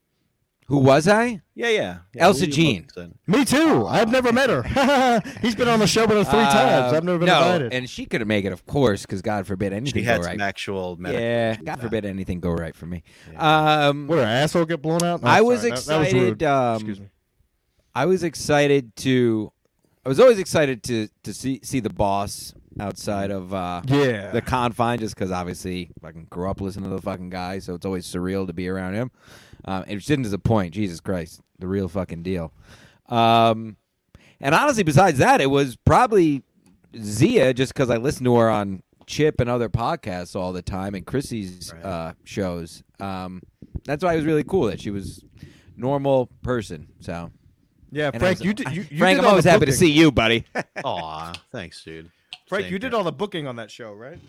A: Who was I?
C: Yeah, yeah. yeah
A: Elsa
C: who are you most
A: Jean.
C: excited?
B: Me too. I've never met her. He's been on the show with her three
A: Uh,
B: times. I've never been
A: no,
B: invited.
A: and she could make it, of course, because God forbid anything
C: She
A: go
C: had
A: right.
C: some actual medical
A: yeah,
C: issues.
A: God forbid anything go right for me. Um,
B: what her asshole get blown out? No,
A: I
B: I'm
A: was
B: sorry. That- that was
A: excited,
B: rude.
A: um,
B: Excuse me.
A: I was excited to. I was always excited to to see see the boss outside of uh,
B: Yeah.
A: the confine, just because obviously fucking grew up listening to the fucking guy, so it's always surreal to be around him. Um, and it didn't disappoint. Jesus Christ, the real fucking deal. Um, and honestly, besides that, it was probably Zia, just because I listened to her on Chip and other podcasts all the time, and Chrissy's uh, shows. Um, that's why it was really cool that she was normal person. So
B: yeah,
A: and I
B: Frank,
A: was- uh,
B: you did. You, you
A: Frank,
B: did
A: I'm
B: all
A: always
B: the
A: happy to
B: booking.
A: see you, buddy.
C: Aw, thanks, dude.
B: Frank,
C: Same
B: you
C: here.
B: did all the booking on that show, right?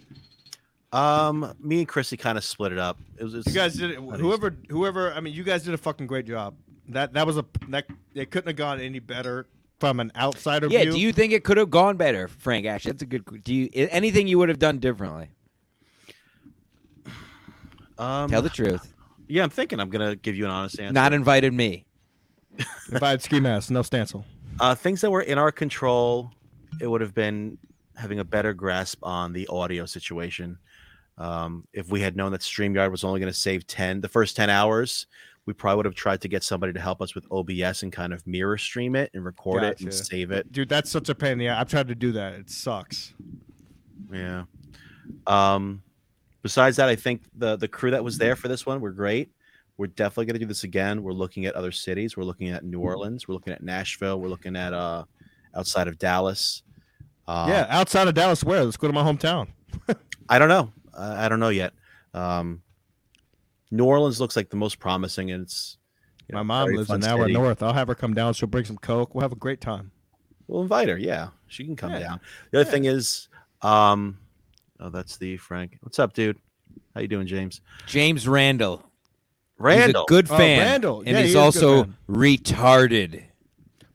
C: Um, me and Chrissy kind of split it up. It was,
B: You guys did. it. Whoever, whoever. I mean, you guys did a fucking great job. That that was a that it couldn't have gone any better from an outsider
A: yeah,
B: view.
A: do you think it could have gone better, Frank? Actually, that's a good. Do you i- anything you would have done differently?
C: Um,
A: Tell the truth.
C: yeah, I'm thinking I'm gonna give you an honest answer.
A: Not invited me.
B: if I had ski mask, no stencil.
C: uh, things that were in our control, it would have been having a better grasp on the audio situation. Um, if we had known that StreamYard was only going to save 10, the first 10 hours, we probably would have tried to get somebody to help us with OBS and kind of mirror stream it and record it and
B: Gotcha.
C: save it.
B: Dude, that's such a pain in the ass. I've tried to do that. It sucks.
C: Yeah. Um, besides that, I think the the crew that was there for this one were great. We're definitely going to do this again. We're looking at other cities. We're looking at New Orleans. We're looking at Nashville. We're looking at uh, outside of Dallas. Uh,
B: yeah, outside of Dallas, where? Let's go to my hometown.
C: I don't know. Uh, I don't know yet. Um, New Orleans looks like the most promising, and it's you
B: My
C: know,
B: mom
C: very
B: lives
C: fun
B: an hour
C: city.
B: north. I'll have her come down. She'll bring some coke. We'll have a great time.
C: We'll invite her. Yeah, she can come
B: Yeah.
C: down. The other thing is, um, oh, that's the Frank. What's up, dude? How you doing, James?
A: James Randall.
C: Randall.
A: He's a good
B: Oh,
A: fan.
B: Randall.
A: And
B: Yeah, he
A: he's
B: is a good
A: also
B: fan.
A: retarded.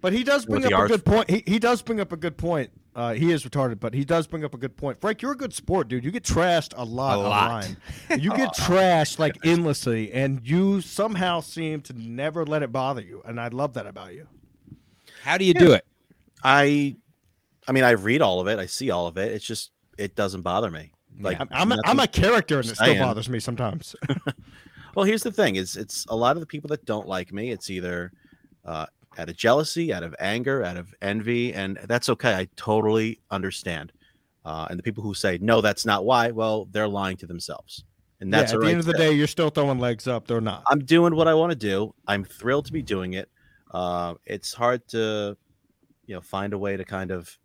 B: But he does
C: With
B: bring
C: the
B: up a
C: arse.
B: good point. He, he does bring up a good point. Uh, he is retarded, but he does bring up a good point. Frank, you're a good sport, dude. You get trashed a lot,
A: A lot.
B: online. You get trashed like endlessly, and you somehow seem to never let it bother you. And I love that about you.
A: How do you do it?
C: I, I mean, I read all of it. I see all of it. It's just it doesn't bother me. Like
B: I'm, I'm, a,
C: nothing-
B: I'm a character, and it still
C: Saying.
B: bothers me sometimes.
C: Well, here's the thing: is it's a lot of the people that don't like me. It's either uh, out of jealousy, out of anger, out of envy, and that's okay. I totally understand. Uh, and the people who say no, that's not why. Well, they're lying to themselves, and that's
B: yeah, at
C: all
B: the
C: right
B: end of the
C: too.
B: day, you're still throwing legs up. They're not.
C: I'm doing what I want to do. I'm thrilled to be doing it. Uh, it's hard to, you know, find a way to kind of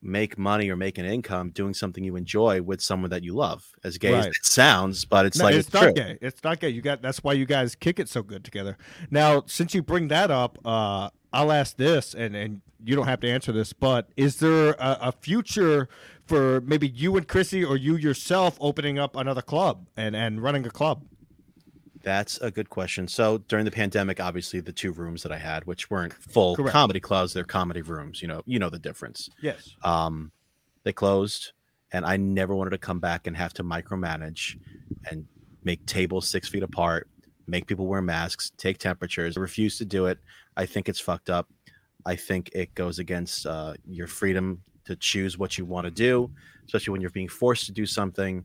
C: make money or make an income doing something you enjoy with someone that you love. As gay as
B: Right.
C: it sounds, but it's
B: no,
C: like
B: it's,
C: it's,
B: not
C: true.
B: gay. It's not gay. You got that's why you guys kick it so good together. Now, since you bring that up, uh, I'll ask this, and and you don't have to answer this, but is there a, a future for maybe you and Chrissy or you yourself opening up another club and and running a club?
C: That's a good question. So during the pandemic, obviously the two rooms that I had, which weren't full
B: Correct.
C: comedy clubs, they're comedy rooms. You know, you know the difference.
B: Yes.
C: Um, they closed, and I never wanted to come back and have to micromanage and make tables six feet apart, make people wear masks, take temperatures. I refuse to do it. I think it's fucked up. I think it goes against uh, your freedom to choose what you want to do, especially when you're being forced to do something.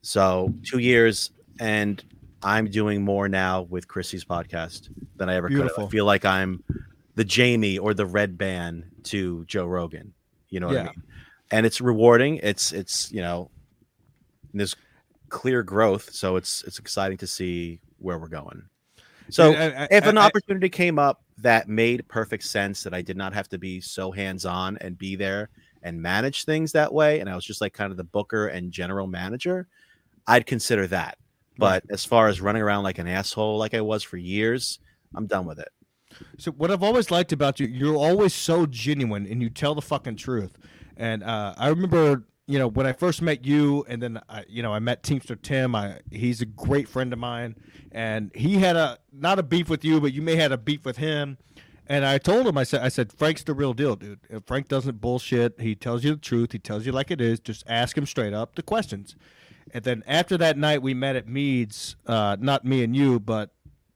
C: So two years, and I'm doing more now with Chrissy's podcast than I ever could.
B: Beautiful.
C: I feel like I'm the Jamie or the Red Band to Joe Rogan. You know what I
B: Yeah.
C: mean? And it's rewarding. It's it's you know, there's clear growth. So it's it's exciting to see where we're going. So if an opportunity came up that made perfect sense that I did not have to be so hands on and be there and manage things that way, and I was just like kind of the booker and general manager, I'd consider that. But as far as running around like an asshole like I was for years, I'm done with it.
B: So what I've always liked about you, you're always so genuine and you tell the fucking truth. And uh, I remember, you know, when I first met you, and then I, you know, I met Teamster Tim. I he's a great friend of mine, and he had a not a beef with you, but you may had a beef with him. And I told him, I said, I said, Frank's the real deal, dude. If Frank doesn't bullshit. He tells you the truth. He tells you like it is. Just ask him straight up the questions. And then after that night, we met at Mead's. Uh, not me and you, but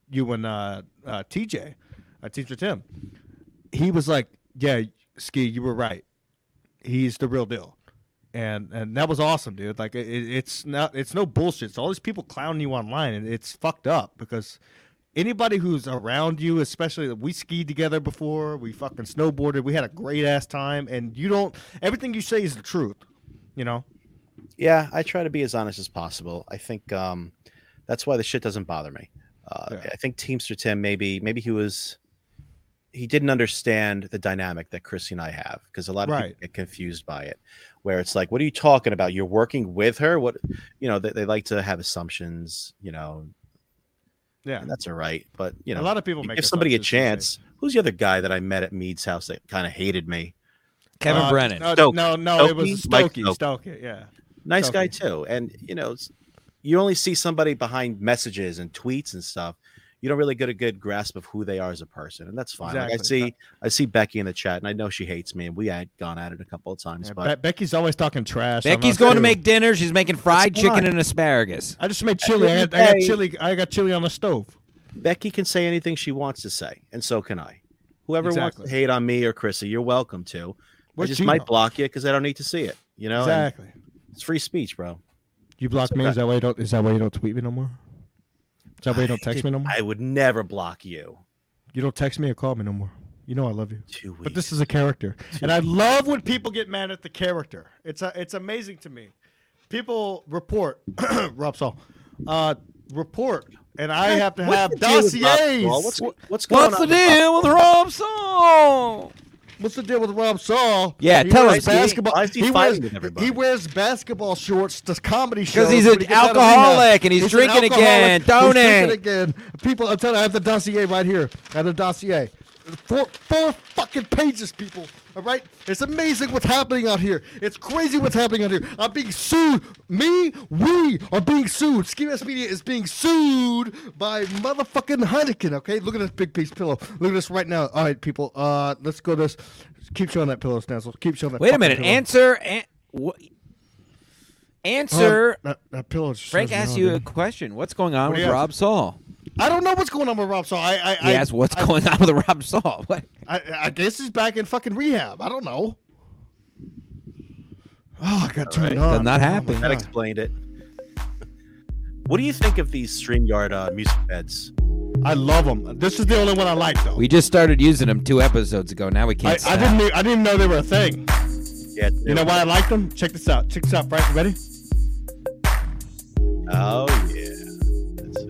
B: you and uh, uh, TJ, uh, Teacher Tim. He was like, "Yeah, Ski, you were right. He's the real deal." And and that was awesome, dude. Like it, it's not it's no bullshit. It's all these people clowning you online, and it's fucked up because anybody who's around you, especially we skied together before, we fucking snowboarded, we had a great ass time, and you don't everything you say is the truth, you know.
C: Yeah, I try to be as honest as possible. I think um, that's why the shit doesn't bother me. Uh,
B: Yeah.
C: I think Teamster Tim maybe maybe he was he didn't understand the dynamic that Chrissy and I have because a lot of
B: Right.
C: people get confused by it, where it's like, what are you talking about? You're working with her? What you know? They, they like to have assumptions, you know,
B: Yeah,
C: and that's all right. But you know,
B: a lot of people
C: you
B: make
C: give somebody a
B: assumptions and say-
C: chance. Who's the other guy that I met at Mead's house that kind of hated me?
A: Kevin
B: Uh,
A: Brennan.
B: No,
C: Stokey.
B: no, no, it was
C: Stokey? Mike
B: Stokey. Stokey, yeah.
C: nice guy
B: Okay.
C: too. And you know, it's- you only see somebody behind messages and tweets and stuff. You don't really get a good grasp of who they are as a person, and that's fine. Like I
B: Exactly.
C: see, I see Becky in the chat, and I know she hates me, and we had gone at it a couple of times.
B: Yeah,
C: but
B: Be- Becky's always talking trash. I'm
A: Becky's
B: not
A: going
B: sure.
A: to make dinner. She's making fried
C: It's fine.
A: chicken and asparagus.
B: I just made chili. I
C: end
B: got,
C: of
B: I got
C: the day-
B: chili. I got chili on the stove.
C: Becky can say anything she wants to say, and so can I. Whoever
B: Exactly.
C: wants to hate on me or Chrissy, you're welcome to.
B: Where's
C: I just
B: Gino?
C: might block you because I don't need to see it. You know, And
B: exactly.
C: it's free speech, bro.
B: You blocked me.
C: okay.
B: Is that why you don't? Is that why you don't tweet me no more? Is that why you don't text me no more?
C: I would never block you.
B: You don't text me or call me no more. You know I love you.
C: Too weak.
B: But this is a character, and I love when people get mad at the character. It's a, it's amazing to me. People report Rob Saul, uh, report, and I have to
C: What's
B: have
C: the deal with Rob
B: dossiers.
C: Paul? What's, what's going
A: What's the
C: on? with Rob
A: deal with Rob Song?
B: What's the deal with Rob Saul?
A: Yeah, tell us,
B: wears
A: Gabe.
B: basketball.
C: Why is he
B: wears,
C: fighting with everybody?
B: He wears basketball shorts to comedy shows
A: Because he's
B: when
A: an
B: he gets out of rehab.
A: alcoholic and he's
B: an
A: drinking
B: alcoholic.
A: again. Don't
B: he's
A: it?
B: drinking again. People, I'm telling you, I have the dossier right here. I have the dossier. Four, four fucking pages, people. All right, it's amazing what's happening out here. It's crazy what's happening out here. I'm being sued. Me, we are being sued. Ski Media is being sued by motherfucking Heineken. Okay, look at this big piece pillow. Look at this right now. All right, people. Uh, let's go. This. Keep showing that pillow, Snazzle. Keep showing that.
A: Wait a
B: fucking
A: minute.
B: pillow.
A: Answer. An- what?
B: Um,
A: Answer.
B: that, that pillow. just
A: Frank
B: says
A: asked
B: no,
A: you a
B: dude.
A: question. What's going on
B: do
A: with
B: you ask?
A: Rob Saul?
B: I don't know what's going on with Rob. So I. I,
A: He
B: I
A: asked, "What's going on with Rob Saul?" What?
B: I, I guess he's back in fucking rehab. I don't know. Oh, I got turned
C: right.
B: on.
A: Does not
B: Oh,
A: happen.
B: my
C: That
B: God.
C: explained it. What do you think of these StreamYard uh, music beds?
B: I love them. This is the only one I like though.
A: We just started using him two episodes ago. Now we
B: I,
A: can't.
B: I
A: stop.
B: didn't. e- I didn't even know they were a thing.
C: Yeah,
B: You know why I like them? Check this out. Check this out, Frank. Ready?
C: Oh yeah. That's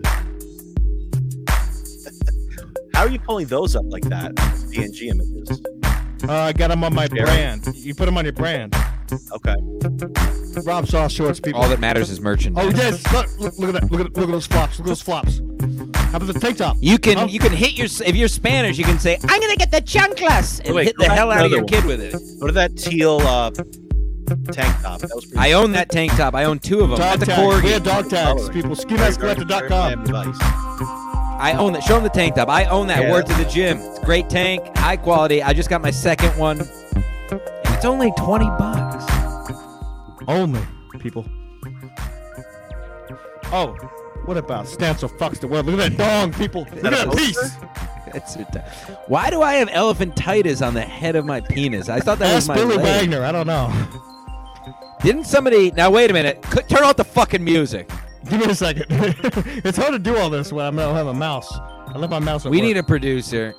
C: it. How are you pulling those up like that? PNG images.
B: Uh, I got them on my
C: Yeah.
B: brand. You put them on your brand.
C: Okay.
B: Rob Saw shorts, people.
A: All that matters is merchandise.
B: oh yes. Look, look, look at that. Look at look at those flops. Look at those flops. How about the tank top?
A: You can
B: Huh?
A: you can hit your if you're Spanish, you can say, "I'm gonna get the chanclas," and
C: Wait,
A: hit
C: go
A: the
C: back
A: hell
C: to
A: out of
C: another
A: your
C: one.
A: kid with it.
C: What are that teal uh, tank top? That was pretty.
A: I own that tank top. I own two of them.
B: Dog
A: That's a
B: tags. We had
A: corgi.
B: dog tags,
C: Coloring.
B: people.
C: Very, very
B: SkiMaskCollector.com.
C: Miami Vice.
A: I own that. Show them the tank top. I own that.
C: Yeah.
A: Word to the gym. It's a great tank, high quality. I just got my second one, and it's only twenty bucks.
B: Only people. Oh, what about Stancil fucks the world? Look at that dong, people. Look
C: that
B: at
C: a
B: that piece.
C: poster?
A: That's it. Why do I have elephantitis on the head of my penis? I thought that was
B: Ask
A: my
B: Billy
A: leg.
B: Wagner. I don't know.
A: Didn't somebody? Now wait a minute. C- turn off the fucking music.
B: Give me a second. it's hard to do all this when I don't have a mouse. I left my mouse. At
A: We
B: work.
A: need a producer.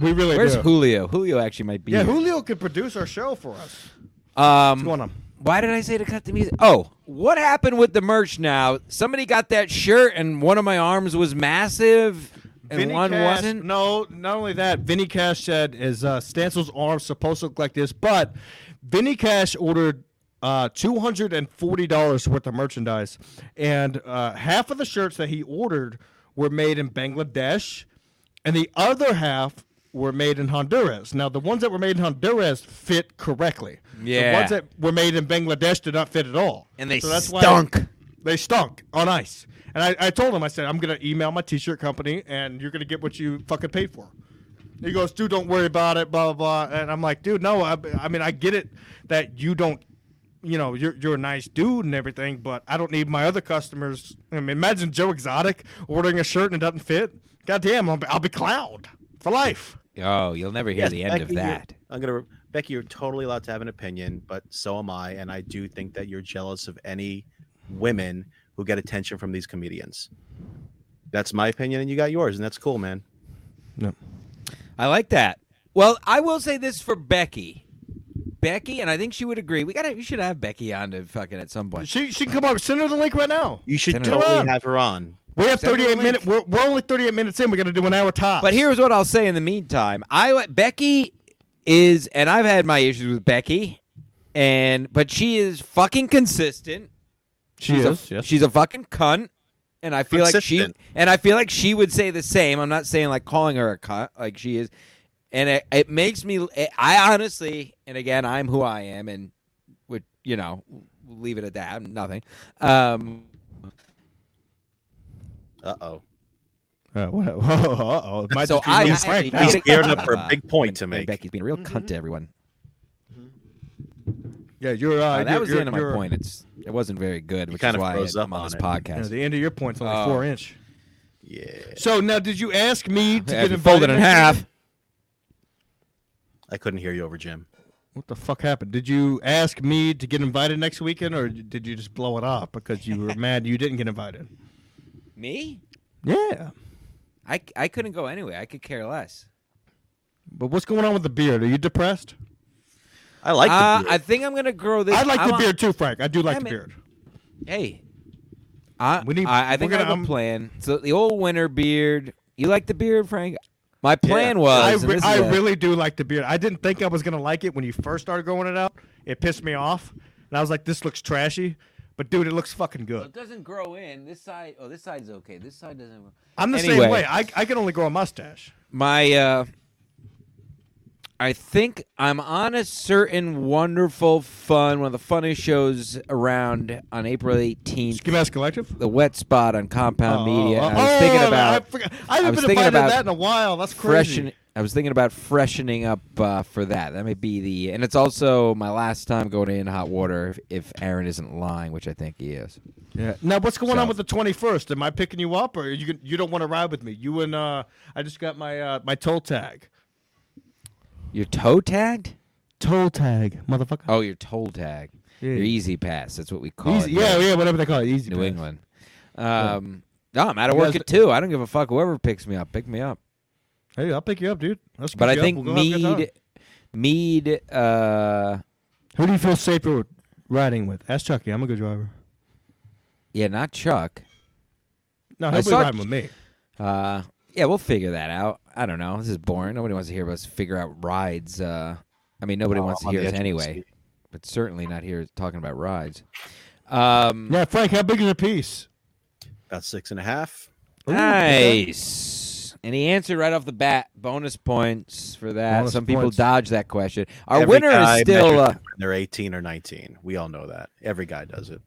B: We really
A: Where's
B: do.
A: Julio? Julio actually might be.
B: Yeah,
A: here.
B: Julio could produce our show for us.
A: Um,
B: What's going on?
A: Why did I say to cut the music? Oh, what happened with the merch now? Somebody got that shirt and one of my arms was massive and
B: Vinny
A: one
B: Cash-
A: wasn't.
B: No, not only that, Vinny Cash said is uh, Stancil's arm supposed to look like this, but Vinny Cash ordered uh, two hundred and forty dollars worth of merchandise, and uh, half of the shirts that he ordered were made in Bangladesh, and the other half were made in Honduras. Now, the ones that were made in Honduras fit correctly.
A: Yeah.
B: the ones that were made in Bangladesh did not fit at all,
A: And they
B: so that's why-
A: stunk.
B: they stunk on ice. And I, I told him, I said, I'm going to email my t shirt company and you're going to get what you fucking paid for. He goes, dude, don't worry about it, blah, blah, blah. And I'm like, dude, no, I, I mean, I get it that you don't, you know, you're, you're a nice dude and everything, but I don't need my other customers. I mean, imagine Joe Exotic ordering a shirt and it doesn't fit. Goddamn, I'll be, I'll be clowned for life.
A: Oh, you'll never hear
C: Yes,
A: the end
C: Becky,
A: of
C: you're-
A: that.
C: I'm gonna Becky. You're totally allowed to have an opinion, but so am I, and I do think that you're jealous of any women who get attention from these comedians. That's my opinion, and you got yours, and that's cool, man.
B: No.
A: I like that. Well, I will say this for Becky. Becky, and I think she would agree. We gotta, you should have Becky on to fucking at some point.
B: She, she can come up, send her the link right now.
C: You should
A: Send her
C: totally
B: on.
C: have her on.
B: We have
A: Send her the
B: 38
A: link.
B: minutes. We're, we're only 38 minutes in. We're going to do an hour top.
A: But here's what I'll say in the meantime. I Becky is, and I've had my issues with Becky, and but she is fucking consistent.
B: she
A: she's
B: is.
A: A, She's a fucking cunt, and I feel like
C: Consistent.
A: she and I feel like she would say the same. I'm not saying like calling her a cunt like she is, and it, it makes me. I honestly, and again, I'm who I am, and would you know we'll leave it at that. I'm nothing. Um,
C: Uh oh,
B: Uh, what, uh oh. Might
A: so
B: just be
A: I,
B: me
A: I
B: and Frank
A: actually
B: now.
A: did-
C: He's gearing up for a big point to
A: and
C: make.
A: Becky's being a real cunt to everyone.
B: Yeah, you're. Uh,
A: Uh, that
B: you're-
A: was the
B: you're-
A: end of my
B: you're-
A: point. It's it wasn't very good, which
C: kind
A: is
C: of
A: why
C: froze
A: I'm
C: up
A: on
C: on
A: this
C: it.
B: Yeah,
A: podcast.
B: the end of your point's only
A: Oh.
B: four inch.
C: yeah.
B: So now, did you ask
A: Yeah,
B: me to get
A: if you
B: invited?
A: fold it in
B: next
A: half.
B: week?
C: I couldn't hear you over Jim.
B: What the fuck happened? Did you ask me to get invited next weekend, or did you just blow it off because you were mad you didn't get invited?
A: Me?
B: Yeah,
A: I, I couldn't go anyway. I could care less.
B: but what's going on with the beard? Are you depressed?
C: I like.
A: Uh,
C: the beard.
A: I think I'm gonna grow this.
B: I like
A: I'm
B: the
A: on-
B: beard too, Frank. I do like
A: Damn
B: the
A: it.
B: beard.
A: Hey, I
B: We need-
A: I, I
B: we're
A: think
B: gonna,
A: I have a
B: um,
A: plan. So the old winter beard. You like the beard, Frank? My plan
B: I,
A: was. and
B: re-
A: this is
B: I
A: a-
B: really do like the beard. I didn't think I was gonna like it when you first started growing it out. It pissed me off, and I was like, "This looks trashy," but dude, it looks fucking
D: Well, it
B: good.
D: doesn't grow in. This side, oh, this side's okay. This side doesn't. grow-
B: I'm the
A: Anyway.
B: same way. I I can only grow a mustache.
A: my uh I think I'm on a certain wonderful fun one of the funniest shows around on April 18th
B: Skimass Collective.
A: the wet spot on Compound Uh, Media and I was
B: oh,
A: thinking
B: I,
A: about
B: forgot. I haven't
A: was
B: been
A: thinking
B: invited to
A: about
B: that in a while. That's crazy.
A: freshen I was thinking about freshening up uh, for that that may be the and it's also my last time going in hot water if, if Aaron isn't lying which I think he is
B: Yeah. Now what's going
A: So-
B: on with the twenty first? Am I picking you up, or you you don't want to ride with me? You and uh, I just got my uh, my toll tag.
A: your toe tagged
B: Toll tag, motherfucker.
A: oh your toll tag
B: Yeah.
A: your easy pass that's what we call it
B: yeah, yeah, whatever they call it. Easy.
A: New
B: pass.
A: England. Um, No, I'm out of
B: You
A: work
B: guys-
A: at two. I don't give a fuck whoever picks me up. Pick me up.
B: Hey, I'll pick you up, dude. Let's
A: But
B: pick
A: I
B: you
A: think
B: up. We'll go have a good time.
A: Mead, Mead, uh,
B: Who do you feel safer with- riding with? Ask Chucky. I'm a good driver.
A: yeah, not Chuck.
B: No,
A: I
B: he'll be
A: saw-
B: riding with me.
A: Uh, yeah, we'll figure that out. I don't know. This is boring. Nobody wants to hear about us figure out rides. Uh, I mean, nobody
C: Oh,
A: wants to
C: on
A: hear
C: the
A: us
C: edge of my
A: anyway,
C: seat.
A: but certainly not here talking about rides. Um,
B: Yeah, Frank, how big is a piece?
C: About six and a half.
A: Nice. And he answered right off the bat. Bonus points for that.
B: Bonus
A: Some people
B: points.
A: dodge that question. Our
C: Every
A: winner
C: guy
A: is still.
C: measures
A: Uh,
C: it when they're 18 or 19. We all know that. Every guy does it.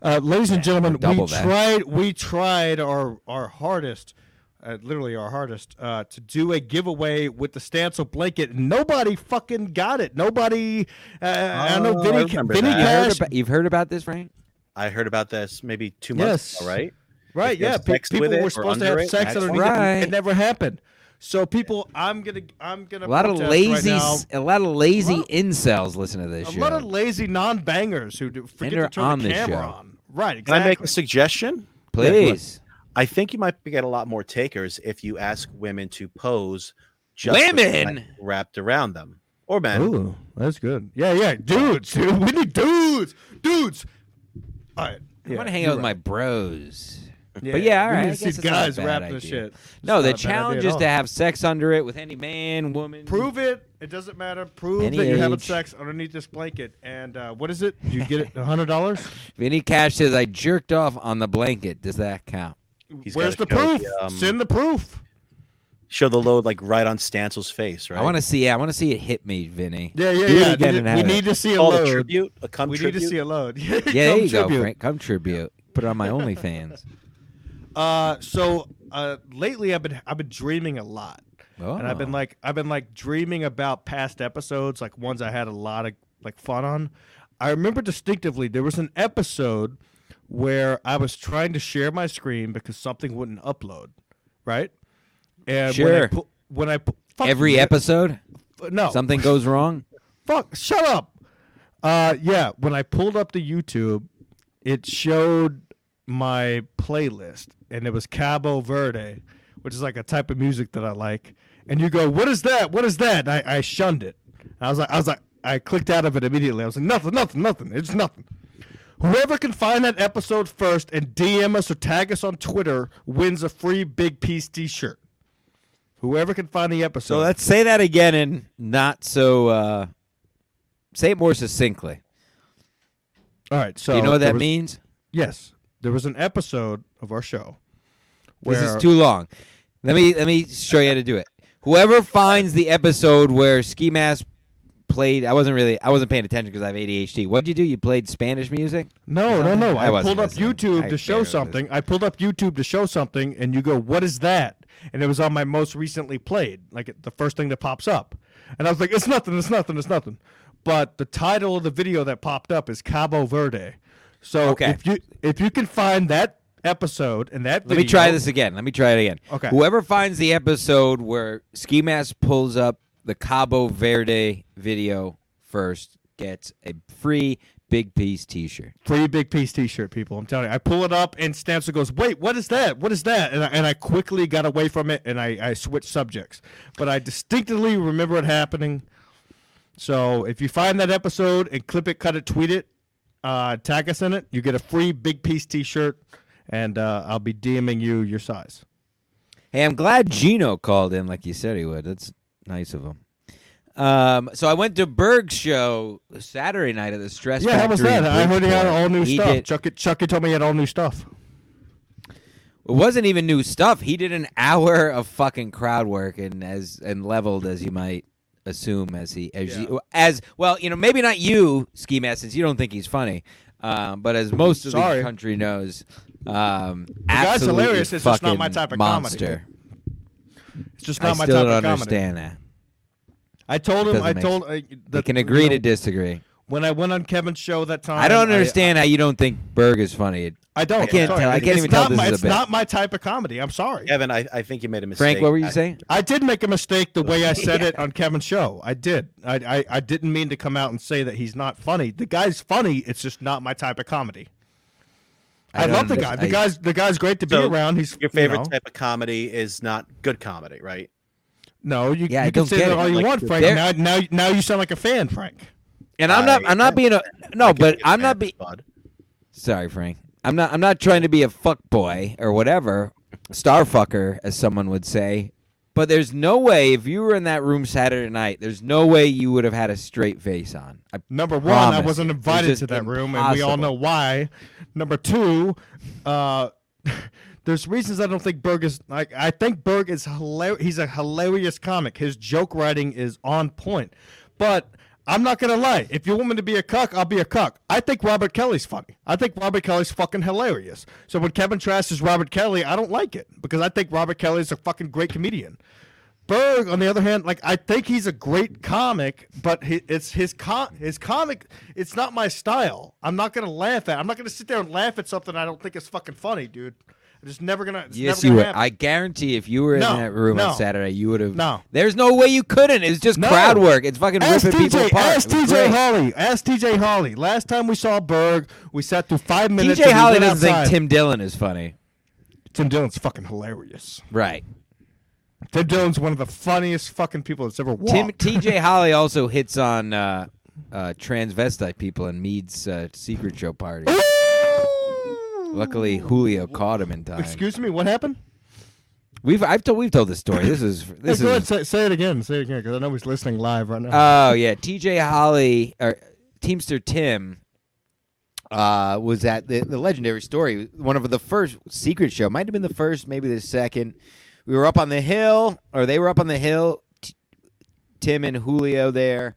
B: Uh, ladies and gentlemen,
A: or double
B: we
A: that.
B: tried we tried our our hardest, uh, literally our hardest, uh, to do a giveaway with the Stancil blanket. Nobody fucking got it. Nobody. Uh, I know
C: Oh,
B: Vinny,
C: I remember
B: Vinny
C: that.
A: You heard
B: Cash.
A: about, you've heard about this, Frank?
C: I heard about this maybe two months
B: Yes.
C: ago, right?
B: Right?
C: if there's
B: Yeah. pe-
C: sex with
B: people
C: it
B: were
C: or
B: supposed to
C: under
B: have
C: it,
B: sex
C: that's
B: underneath. it.
A: right.
B: It never happened. So people, I'm gonna, I'm gonna.
A: A lot of
B: protest right
A: lazy,
B: now.
A: s- a lot of lazy
B: A lot-
A: incels listen to this
B: A
A: show.
B: lot of lazy non-bangers who do, forget
A: they're
B: to turn
A: on
B: the
A: this
B: camera
A: show.
B: on. Right?
C: Can
B: Exactly.
C: I make a suggestion?
A: Please,
C: I think you might get a lot more takers if you ask women to pose just with
A: Women?
C: something wrapped around them or men.
B: Ooh, that's good. Yeah, yeah, dudes, dude. We need dudes, dudes. All right,
A: I want to hang out with my bros. but
B: Yeah,
A: yeah, all
B: we
A: right.
B: need
A: I
B: to see
A: guess it's not a
B: guys
A: bad
B: rapping the
A: idea.
B: shit.
A: No,
B: It's
A: the
B: not a bad idea
A: challenge
B: at
A: is
B: all.
A: to have sex under it with any man, woman.
B: prove it. It doesn't matter. Prove
A: Any
B: that you're having
A: age.
B: sex underneath this blanket. And uh, what is it? You get it, hundred dollars.
A: Vinny Cash says I jerked off on the blanket. Does that count?
C: He's
B: Where's the
C: gotta show
B: proof?
C: um,
B: Send the proof.
C: show the load like right on Stancil's face, right?
A: I want to see. Yeah, I want to see it hit me, Vinny.
B: Yeah, yeah,
A: Do it
B: yeah.
A: again
B: We
A: and
B: need-
A: have
B: we
A: it.
B: need to see a
C: Call a
B: load.
C: tribute, a cum
B: We
C: tribute.
B: need to see a load. yeah,
A: Yeah, there
B: come
A: you go,
B: tribute.
A: Frank. Come tribute. Put it on my OnlyFans.
B: Uh, so uh, lately I've been I've been dreaming a lot,
A: Oh.
B: and I've been like I've been like dreaming about past episodes, like ones I had a lot of like fun on. I remember distinctively there was an episode where I was trying to share my screen because something wouldn't upload, right? And when I,
A: Sure.
B: pu- when I pu- fuck
A: every
B: you.
A: episode,
B: no
A: something goes wrong.
B: fuck shut up uh yeah when i pulled up the youtube it showed my playlist and it was cabo verde which is like a type of music that i like and you go what is that what is that and i, I shunned it And i was like i was like i clicked out of it immediately i was like nothing nothing nothing it's nothing Whoever can find that episode first and DM us or tag us on Twitter wins a free Big Piece T-shirt. Whoever can find the episode.
A: So let's say that again and not so. Uh, say it more succinctly.
B: all right. So
A: Do you know what
B: there
A: that
B: was-
A: means?
B: Yes, there was an episode of our show. Where,
A: This is too long. Let me let me show you how to do it. Whoever finds the episode where Ski Mask played, I wasn't really, I wasn't paying attention because I have ADHD. What did you do? You played Spanish music?
B: No, no, no.
A: I
B: I,
A: wasn't
B: pulled up
A: listening.
B: YouTube
A: I
B: to show
A: barely was.
B: something. I pulled up YouTube to show something, and you go, "What is that?" And it was on my most recently played, like the first thing that pops up. And I was like, "It's nothing. It's nothing. It's nothing." But the title of the video that popped up is Cabo Verde. So
A: Okay.
B: if you if you can find that episode and that
A: Let me
B: video,
A: try this again. Let me try it again.
B: Okay.
A: Whoever finds the episode where Ski Mask pulls up the Cabo Verde video first gets a free Big Piece T-shirt.
B: Free big piece T-shirt, people. I'm telling you. I pull it up, and Stamps goes, "Wait, what is that? What is that?" And I, and I quickly got away from it, and I, I switched subjects. But I distinctly remember it happening. So if you find that episode and clip it, cut it, tweet it, uh, tag us in it, you get a free big piece T-shirt, and uh, I'll be DMing you your size.
A: Hey, I'm glad Gino called in like you said he would. That's nice of him. Um, so I went to Berg's show Saturday night at the Stress
B: Yeah, how was
A: Factory in
B: that? I heard he had
A: Bridgeport.
B: all new
A: He
B: stuff.
A: did-
B: Chucky, Chucky told me he had all new stuff.
A: It wasn't even new stuff. He did an hour of fucking crowd work and as and leveled as you might assume as he as you, as well. You know, maybe not you, Ski Mask, since you don't think he's funny. Um, but as most of
B: Sorry.
A: the country knows, um,
B: guy's
A: absolutely
B: hilarious, it's just not
A: fucking
B: my type of comedy.
A: monster.
B: It's just
A: I
B: not
A: still
B: my type
A: don't
B: of comedy.
A: understand that.
B: I told him.
A: Doesn't
B: I
A: make
B: told. I
A: They can agree to disagree.
B: When I went on Kevin's show that time,
A: I don't understand how you don't think Berg is funny. It-
B: I, don't.
A: I can't
B: sorry.
A: tell- I can't
B: It's
A: even tell
B: not
A: this
B: my,
A: is a
B: It's
A: bit.
B: not my type of comedy. I'm sorry.
C: Evan, I, I think you made a mistake.
A: Frank, what were you
C: I-
A: saying?
B: I did make a mistake the way I said it on Kevin's show. I did. I, I I didn't mean to come out and say that he's not funny. The guy's funny. It's just not my type of comedy. I,
A: don't
B: love the guy.
A: understand-
B: The
A: I-
B: guy's the guy's great to be
C: So,
B: around. He's
C: Your favorite
B: You know,
C: type of comedy is not good comedy, right?
B: no, you,
A: Yeah, I
B: you can
A: don't
B: say
A: get
B: that
A: it.
B: all you
C: Like,
B: want, Frank.
A: there-
B: Now, now now you sound like a fan, Frank.
A: And I'm not.
C: I-
A: I'm not being a no.
C: I can
A: But
C: get
A: I'm not
C: mad,
A: being.
C: bud.
A: Sorry, Frank. I'm not. I'm not trying to be a fuck boy or whatever, star fucker, as someone would say. But there's no way if you were in that room Saturday night, there's no way you would have had a straight face on. I,
B: Number one, I
A: Promise.
B: wasn't
A: It's
B: invited
A: just
B: to that room, and we all know
A: impossible.
B: why. Number two, uh, there's reasons I don't think Berg is like. I think Berg is hilarious. He's a hilarious comic. His joke writing is on point. But I'm not gonna lie. If you want me to be a cuck, I'll be a cuck. I think Robert Kelly's funny. I think Robert Kelly's fucking hilarious. So when Kevin trashes Robert Kelly, I don't like it because I think Robert Kelly's a fucking great comedian. Berg, on the other hand, like I think he's a great comic, but he, it's his com- his comic. It's not my style. I'm not gonna laugh at. I'm not gonna sit there and laugh at something I don't think is fucking funny, dude. I'm just never gonna. It's
A: yes,
B: never
A: you
B: gonna
A: would.
B: happen.
A: I guarantee if you were
B: No,
A: in that room
B: no,
A: on Saturday, you would have.
B: no.
A: There's no way you couldn't. It's just
B: No.
A: crowd work. It's fucking
B: Ask
A: ripping people
B: TJ,
A: apart.
B: ask
A: It was
B: TJ
A: great.
B: Holly. Ask TJ Holly. Last time we saw Berg, we sat through five minutes.
A: TJ
B: and we
A: Holly
B: went
A: doesn't
B: outside.
A: think Tim Dillon is funny.
B: Tim Dillon's fucking hilarious.
A: Right.
B: Tim Dillon's one of the funniest fucking people that's ever walked.
A: Tim TJ Holly also hits on uh, uh, transvestite people in Mead's uh, secret show party. Luckily, Julio caught him in time.
B: Excuse me, what happened?
A: We've I've told we've told this story. This is
B: Hey,
A: this
B: go ahead,
A: is.
B: say, say it again. Say it again, because I know he's listening live right now.
C: Uh,
A: Oh yeah, T.J. Holly or Teamster Tim uh, was at the, the legendary story. One of the first secret show might have been the first, maybe the second. We were up on the hill, or they were up on the hill. T- Tim and Julio there,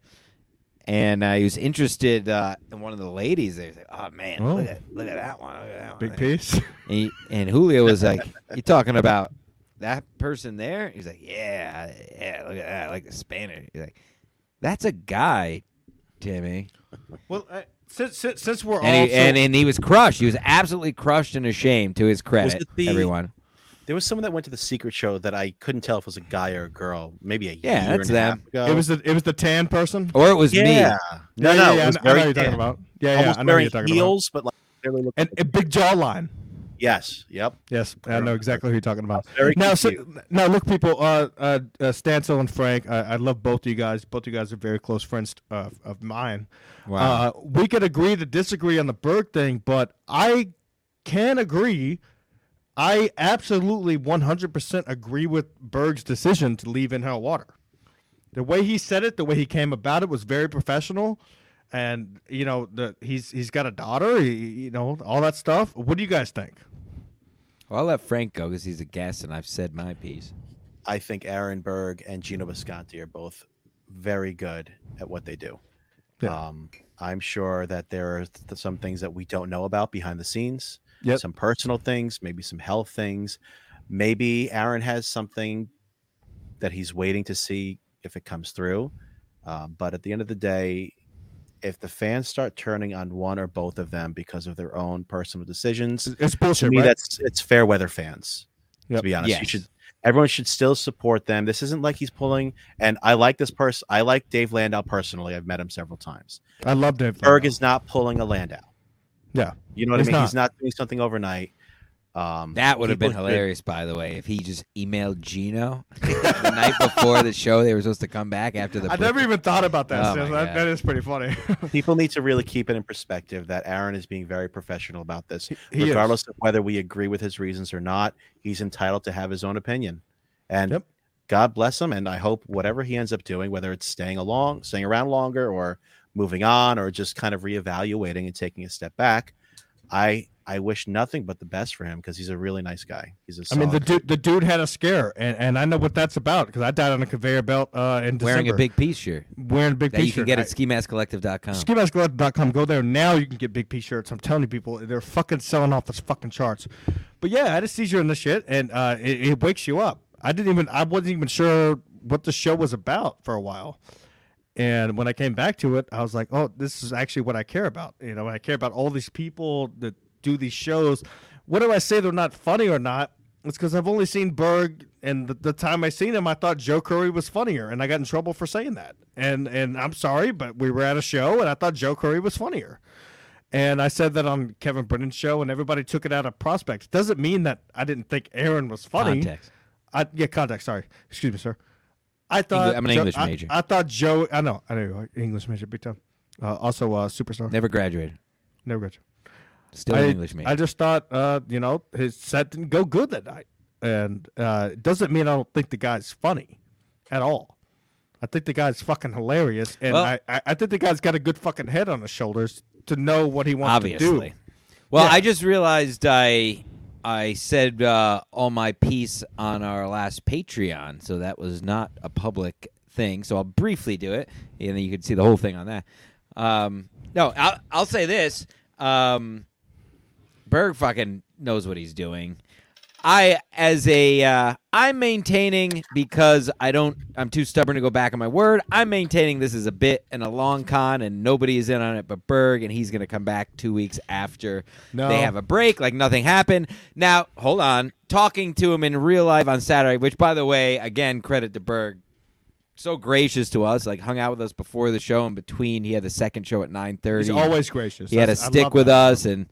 A: and uh, he was interested uh, in one of the ladies. They was like, "Oh man,
B: Oh.
A: look at look at that one, look at that one."
B: Big piece.
A: And, he, and Julio was like, "You talking about that person there?" He's like, "Yeah, yeah, look at that, I like the Spanish." He's like, "That's a guy, Timmy."
B: Well, uh, since, since since we're all
A: And he,
B: so-
A: and, and he was crushed. He was absolutely crushed and ashamed. To his credit,
C: it the-
A: everyone.
C: There was someone that went to the secret show that I couldn't tell if it was a guy or a girl. Maybe a
A: Yeah,
C: year
A: that's
C: and a half
A: them.
C: ago.
B: it was the it was the tan person.
A: Or it was
C: yeah.
A: me.
C: No,
B: yeah,
C: uh, Oh, no,
B: yeah, yeah,
C: it was
B: I know- I know
C: very
B: you're talking
C: thin.
B: about. Yeah, yeah,
C: Almost
B: I know
C: wearing
B: you're talking
C: heels, but like barely looking.
B: about. And a big jawline.
C: yes, yep.
B: Yes, I know exactly who you're talking about.
C: Very
B: Now, so,
C: confused.
B: now, look, people. Uh, uh, uh Stancil and Frank, I, I love both of you guys. Both of you guys are very close friends uh, of mine.
A: Wow.
B: Uh, we could agree to disagree on the Berg thing, but I can agree. I absolutely 100% agree with Berg's decision to leave in hell water. The way he said it, the way he came about it, was very professional. And you know, the, he's he's got a daughter. He, you know, all that stuff. What do you guys think?
A: well, I'll let Frank go because he's a guest, and I've said my piece.
C: I think Aaron Berg and Gino Visconti are both very good at what they do.
B: Yeah.
C: Um, I'm sure that there are th- some things that we don't know about behind the scenes,
B: Yep.
C: some personal things, maybe some health things. Maybe Aaron has something that he's waiting to see if it comes through. Uh, but at the end of the day, if the fans start turning on one or both of them because of their own personal decisions,
B: It's
C: to
B: bullshit,
C: me
B: right?
C: that's it's fair weather fans
B: Yep.
C: to be honest you
A: Yes.
C: should everyone should still support them this isn't like he's pulling and i like this person i like dave landau personally i've met him several times
B: I love Dave.
C: berg
B: Landau.
C: is not pulling a landau
B: Yeah.
C: you know what
B: He's
C: i mean
B: not.
C: he's not doing something overnight Um,
A: That would have been
C: people should-
A: hilarious, by the way, if he just emailed Gino the night before the show. They were supposed to come back after the.
B: I never even thought about that.
A: Oh
B: Sam.
A: my
B: that, that
A: God.
B: is pretty funny.
C: People need to really keep it in perspective that Aaron is being very professional about this.
B: He is.
C: Regardless of whether we agree with his reasons or not, he's entitled to have his own opinion. And
B: Yep.
C: God bless him. And I hope whatever he ends up doing, whether it's staying along, staying around longer or moving on or just kind of reevaluating and taking a step back, I I wish nothing but the best for him because he's a really nice guy. He's a
B: I mean, the dude,
C: solid-
B: the dude had a scare, and, and I know what that's about because I died on a conveyor belt uh, in
A: wearing
B: December.
A: a big piece shirt
B: wearing a big
A: that you can
B: t-shirt.
A: get
B: I-
A: at skimaskcollective.com.
B: SkiMaskGolf.com. Go there now. You can get big P-shirts. I'm telling you, people, they're fucking selling off the fucking charts. But yeah, I had a seizure in this shit, and uh, it, it wakes you up. I didn't even. I wasn't even sure what the show was about for a while. And when I came back to it, I was like, "Oh, this is actually what I care about." You know, I care about all these people that do these shows. Whether I say they're not funny or not, it's because I've only seen Berg, and the, the time I seen him, I thought Joe Curry was funnier, and I got in trouble for saying that. And and I'm sorry, but we were at a show, and I thought Joe Curry was funnier. And I said that on Kevin Brennan's show, and everybody took it out of prospects. Doesn't mean that I didn't think Aaron was funny.
A: Context.
B: I, yeah, contact. Sorry, excuse me, sir. I thought
A: I'm an
B: Joe-
A: English
B: I-
A: major.
B: I, thought Joe. I know. I know. English major, big time. Uh, also, uh, superstar.
A: Never graduated.
B: Never got you.
A: Still
B: I,
A: an English major.
B: I just thought, uh, you know, his set didn't go good that night, and uh, it doesn't mean I don't think the guy's funny at all. I think the guy's fucking hilarious, and
A: Well-
B: I, I, I think the guy's got a good fucking head on his shoulders to know what he wants
A: Obviously.
B: to do.
A: Well,
B: Yeah.
A: I just realized I I said uh, all my piece on our last Patreon, so that was not a public thing. So I'll briefly do it, and then you can see the whole thing on that. Um, no, I'll, I'll say this: um, Berg fucking knows what he's doing. I as a uh, I'm maintaining because I don't I'm too stubborn to go back on my word. I'm maintaining this is a bit and a long con and nobody is in on it but Berg and he's going to come back 2 weeks after
B: No.
A: they have a break like nothing happened. Now, hold on. Talking to him in real life on Saturday, which by the way, again credit to Berg so gracious to us, like hung out with us before the show and between he had the second show at 9:30.
B: He's always gracious.
A: He had to
B: That's- I love
A: stick with uh,
B: that.
A: us, and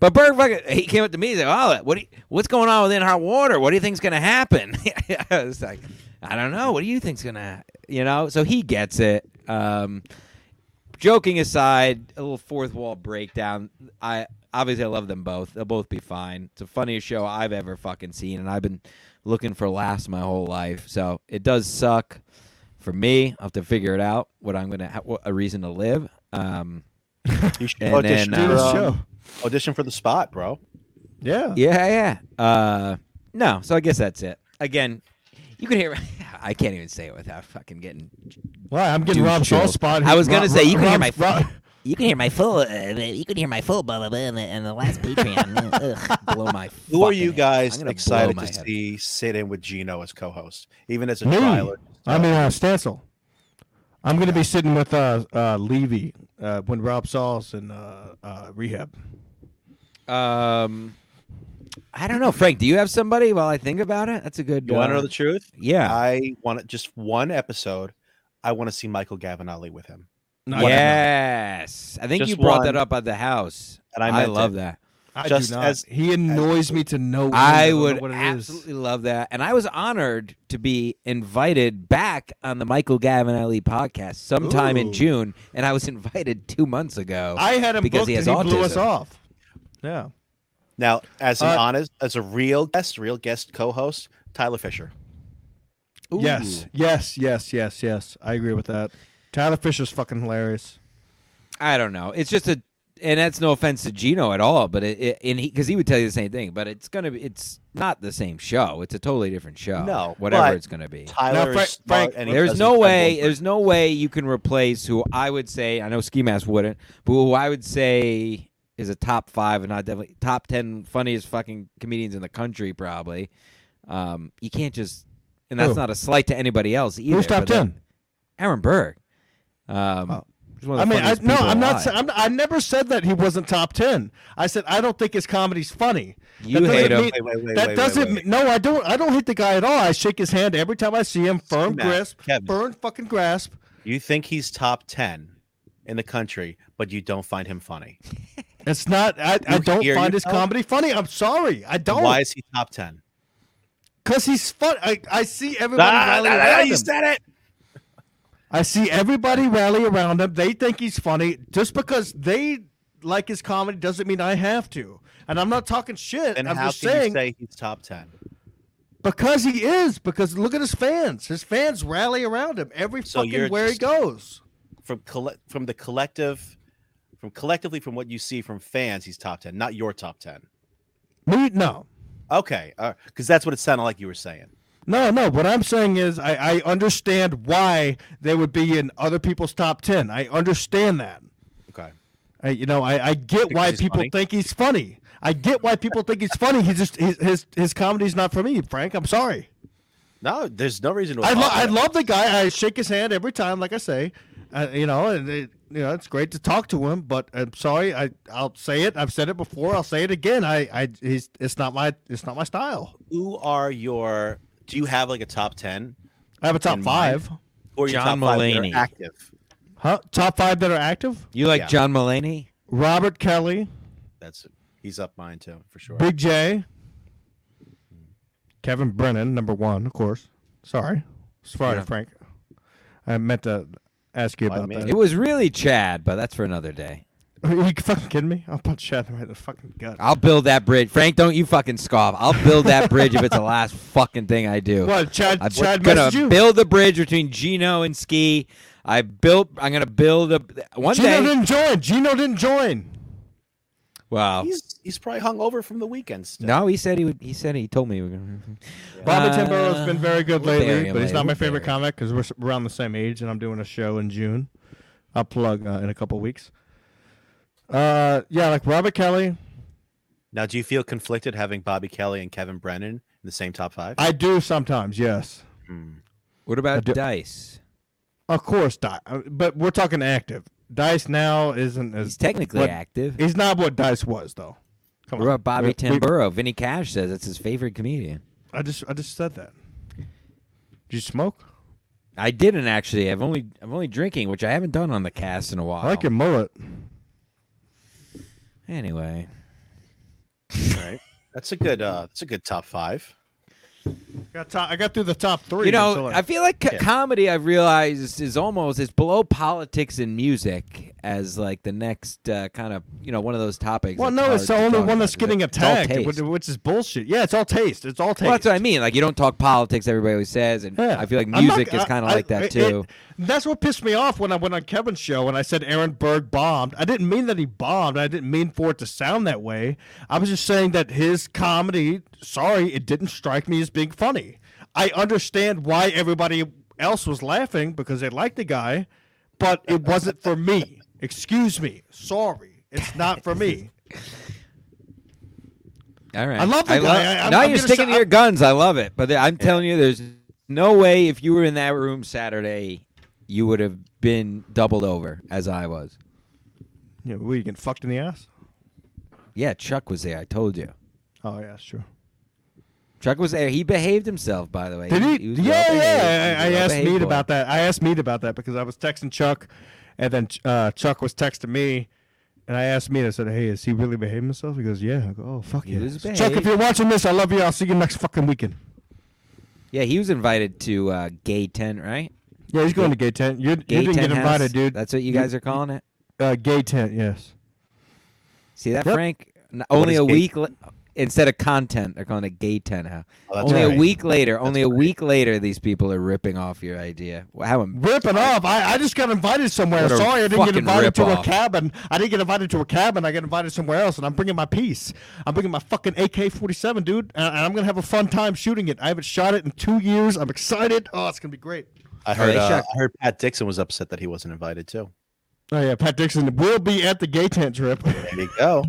A: but Berg fucking he came up to me and said, "Oh, what do you, what's going on within hot water? What do you think's gonna happen?" I was like, "I don't know. What do you think's gonna you know?" So he gets it. Um, joking aside, a little fourth wall breakdown. I obviously I love them both. They'll both be fine. It's the funniest show I've ever fucking seen, and I've been looking for laughs my whole life. So it does suck for me. I will have to figure it out what I'm gonna ha- what a reason to live. Um,
C: you should
A: and
C: audition,
A: then,
C: for,
A: uh,
C: um, audition for the spot, bro.
B: Yeah.
A: Yeah, yeah. Uh, no, so I guess that's it. Again, you can hear. I can't even say it without fucking getting.
B: Well, I'm getting
A: Dude,
B: Rob
A: chill.
B: Shaw spot.
A: I was gonna
B: Rob-
A: say you can hear
B: Rob-
A: my
B: Rob-
A: You can hear my full. Uh, you can hear my full blah blah blah in the, in the last Patreon. uh, Ugh, blow my.
C: Who are
A: fucking head.
C: you
A: I'm
C: guys
A: gonna blow
C: excited
A: my
C: to
A: head.
C: see sit in with Gino as co-host, even as a
B: Me.
C: trial? or-
B: I mean, uh, Stancil. I'm going to be sitting with uh, uh, Levy uh, when Rob Saul's in uh, uh, rehab.
A: Um, I don't know, Frank. Do you have somebody? While I think about it, that's a good.
C: You want to
A: uh,
C: know the truth?
A: Yeah.
C: I want to- just one episode. I want to see Michael Gavinelli with him,
A: yes, I think
C: Just
A: you brought that
C: one.
A: up at the house.
C: and I,
A: I
C: meant
A: love
C: it.
A: that.
B: I
C: Just
B: do not.
C: as-
B: he annoys me to no end.
A: I
B: don't know
A: would
B: what it is.
A: absolutely love that. And I was honored to be invited back on the Michael Gavinelli podcast sometime
B: Ooh.
A: in June. And I was invited two months ago.
B: I had him
A: because
B: booked
A: he has
B: and he blew
A: autism.
B: us off. Yeah.
C: Now, as an
B: Uh,
C: honest, as a real guest, real guest co-host, Tyler Fisher.
A: Ooh.
B: Yes. Yes. Yes. Yes. Yes. I agree with that. Tyler Fisher's fucking hilarious.
A: I don't know. It's just a, and that's no offense to Gino at all, but it, it and he because he would tell you the same thing. But it's gonna be, it's not the same show. It's a totally different show.
C: No,
A: whatever
C: but
A: it's gonna be.
C: Tyler,
B: Fra-
C: is smart
B: Frank,
C: and he
A: There's
C: does
A: no
C: incredible
A: way.
C: work.
A: There's no way you can replace who I would say. I know Ski Mask wouldn't, but who I would say is a top five and not definitely top ten funniest fucking comedians in the country. Probably. Um, you can't just, and that's
B: Who?
A: not a slight to anybody else either.
B: Who's top
A: but, like,
B: ten?
A: Aaron Burr. Um,
B: Oh.
A: he's one
B: I
A: of the
B: mean, I,
A: funniest
B: no,
A: people
B: I'm not.
A: alive.
B: sa- I'm, I never said that he wasn't top ten. I said I don't think his comedy's funny.
A: You
B: that doesn't
A: hate him.
B: mean-
C: Wait, wait, wait,
B: that
C: wait, wait,
B: doesn't.
C: wait.
B: mean- No, I don't. I don't hate the guy at all. I shake his hand every time I see him. Firm
C: Matt,
B: grasp.
C: Kevin.
B: Firm fucking grasp.
C: You think he's top ten in the country, but you don't find him funny.
B: It's not. I, I
C: You
B: don't
C: hear
B: find his
C: yourself?
B: comedy funny. I'm sorry. I don't.
C: Why is he top ten?
B: Because he's fun. I, I see
C: Ah,
B: everybody rally around him.
C: said it.
B: I see everybody rally around him. They think he's funny. Just because they like his comedy doesn't mean I have to. And I'm not talking shit.
C: And
B: I'm
C: how
B: just
C: can
B: saying
C: you say he's top ten?
B: because he is. Because look at his fans. His fans rally around him every
C: So you're
B: fucking where he
C: just-
B: goes.
C: From colle- from the collective, from collectively from what you see from fans, he's top ten, not your top ten.
B: Me no.
C: Okay, because that's what it sounded like you were saying.
B: No, no. What I'm saying is, I, I understand why they would be in other people's top ten. I understand that.
C: Okay,
B: I, you know, I, I get
C: Because
B: why
C: he's
B: people
C: funny.
B: think he's funny. I get why people think he's funny. He just his his, his comedy's not for me, Frank. I'm sorry.
C: no, there's no reason to.
B: I, lo- I
C: apologize.
B: love the guy. I shake his hand every time, like I say. Uh, you know, and it, you know it's great to talk to him. But I'm sorry. I I'll say it. I've said it before. I'll say it again. I I he's it's not my it's not my style.
C: Who are your? Do you have like a top ten
B: I have a top
C: In mind.
B: five,
C: or your
A: John
C: top five that are
A: Mulaney.
C: active?
B: huh? Top five that are active.
A: You like
C: Yeah.
A: John Mulaney?
B: Robert Kelly,
C: That's he's up mine too for sure.
B: Big J, Kevin Brennan, number one, of course. Sorry, sorry,
A: Yeah.
B: Frank. I meant to ask you
C: Why
B: about
C: me?
B: that.
A: It was really Chad, but that's for another day.
B: Are you fucking kidding me? I'll punch Chad right in the fucking gut.
A: I'll build that bridge. Frank, don't you fucking scoff. I'll build that bridge if it's the last fucking thing I do.
B: What, Chad?
A: I'm
B: Chad
A: gonna
B: messaged you?
A: build the bridge between Gino and Ski. I built. I'm gonna build a one
B: Gino
A: day.
B: didn't join. Gino didn't join.
A: Wow.
C: He's he's probably hung over from the weekend. Still.
A: No, he said he would. He said he told me. we were gonna-
B: Bobby
A: Uh,
B: Timbero has been very good
A: we'll bury
B: lately,
A: him
B: but he's
A: later.
B: not my
A: We'll
B: favorite
A: bury him.
B: comic because we're s- around the same age, and I'm doing a show in June. I'll plug uh, in a couple weeks. Uh, yeah, like Robert Kelly,
C: Now, do you feel conflicted having Bobby Kelly and Kevin Brennan in the same top five?
B: I do sometimes. Yes.
C: Hmm.
A: What
B: I
A: about
B: do-
A: Dice?
B: Of course, Dice. But we're talking active. Dice now isn't as
A: He's technically
B: what-
A: active.
B: He's not what Dice was though. Come
A: What about Bobby
B: We- we-
A: Tamburo? Vinny Cash says it's his favorite comedian.
B: I just I just said that. Did you smoke?
A: I didn't actually. I've only I'm only drinking, which I haven't done on the cast in a while.
B: I like your mullet.
A: Anyway,
C: All right, that's a good uh, that's a good top five.
B: Got to- I got through the top three.
A: you know,
B: until
A: I feel like co-
C: Yeah.
A: comedy. I've realized is almost it's below politics and music as like the next uh, kind of you know one of those topics.
B: well,
A: that's
B: no,
A: hard
B: it's the
A: to
B: only
A: talk
B: one
A: about.
B: that's getting
A: It's all
B: attacked,
A: taste.
B: which, which is bullshit. Yeah, it's all taste. It's all taste.
A: Well, that's what I mean. Like you don't talk politics. Everybody always says, and
B: Yeah.
A: I feel like
B: I'm not-
A: music is
B: I-
A: kind of
B: I-
A: like that
B: it-
A: too.
B: it- that's what pissed me off when I went on Kevin's show and I said Aaron Berg bombed. I didn't mean that he bombed. I didn't mean for it to sound that way. I was just saying that his comedy, sorry, it didn't strike me as being funny. I understand why everybody else was laughing because they liked the guy, but it wasn't for me. Excuse me. Sorry. It's not for me.
A: All right.
B: I love the guy. I- I'm-
A: now
B: I'm
A: you're
B: gonna
A: sticking
B: say-
A: to your guns. I love it. But I'm telling you, there's no way if you were in that room Saturday, you would have been doubled over as I was.
B: Yeah, were you getting fucked in the ass?
A: Yeah, Chuck was there. I told you.
B: Oh, yeah, that's true.
A: Chuck was there. He behaved himself, by the way.
B: Did he?
A: was
B: yeah,
A: well-behaved.
B: yeah. I, I
A: He was a
B: asked
A: well-behaved
B: Mead
A: boy.
B: about that. I asked Mead about that because I was texting Chuck, and then uh, Chuck was texting me, and I asked Mead. I said, "Hey, is he really behaving himself?" He goes, "Yeah." I go, "Oh, fuck
A: He
B: yeah."
A: was
B: Chuck, if
A: behaved.
B: you're watching this, I love you. I'll see you next fucking weekend.
A: Yeah, he was invited to uh, Gay Tent, right?
B: Yeah, he's going to gay tent. You, you
A: Gay
B: didn't
A: Tent
B: get invited,
A: House?
B: dude.
A: That's what you guys are calling it.
B: uh, gay tent. Yes.
A: See that,
B: Yep.
A: Frank? N- only
C: is
A: a
C: gay-
A: week la- instead of content, they're calling it gay ten now.
C: Oh, that's
A: only
C: right.
A: a week later. only a week later, these people are ripping off your idea. Wow, how em-
B: Ripping off. I, I just got invited somewhere.
A: What a
B: Sorry, I didn't get
A: fucking
B: invited to a
A: rip-off.
B: cabin. I didn't get invited to a cabin. I got invited somewhere else, and I'm bringing my piece. I'm bringing my fucking AK-47, dude, and, and I'm gonna have a fun time shooting it. I haven't shot it in two years. I'm excited. Oh, it's gonna be great.
C: I
A: they
C: heard. Uh,
A: shut-
C: I heard Pat Dixon was upset that he wasn't invited too.
B: Oh yeah, Pat Dixon will be at the gay tent trip.
C: There you go.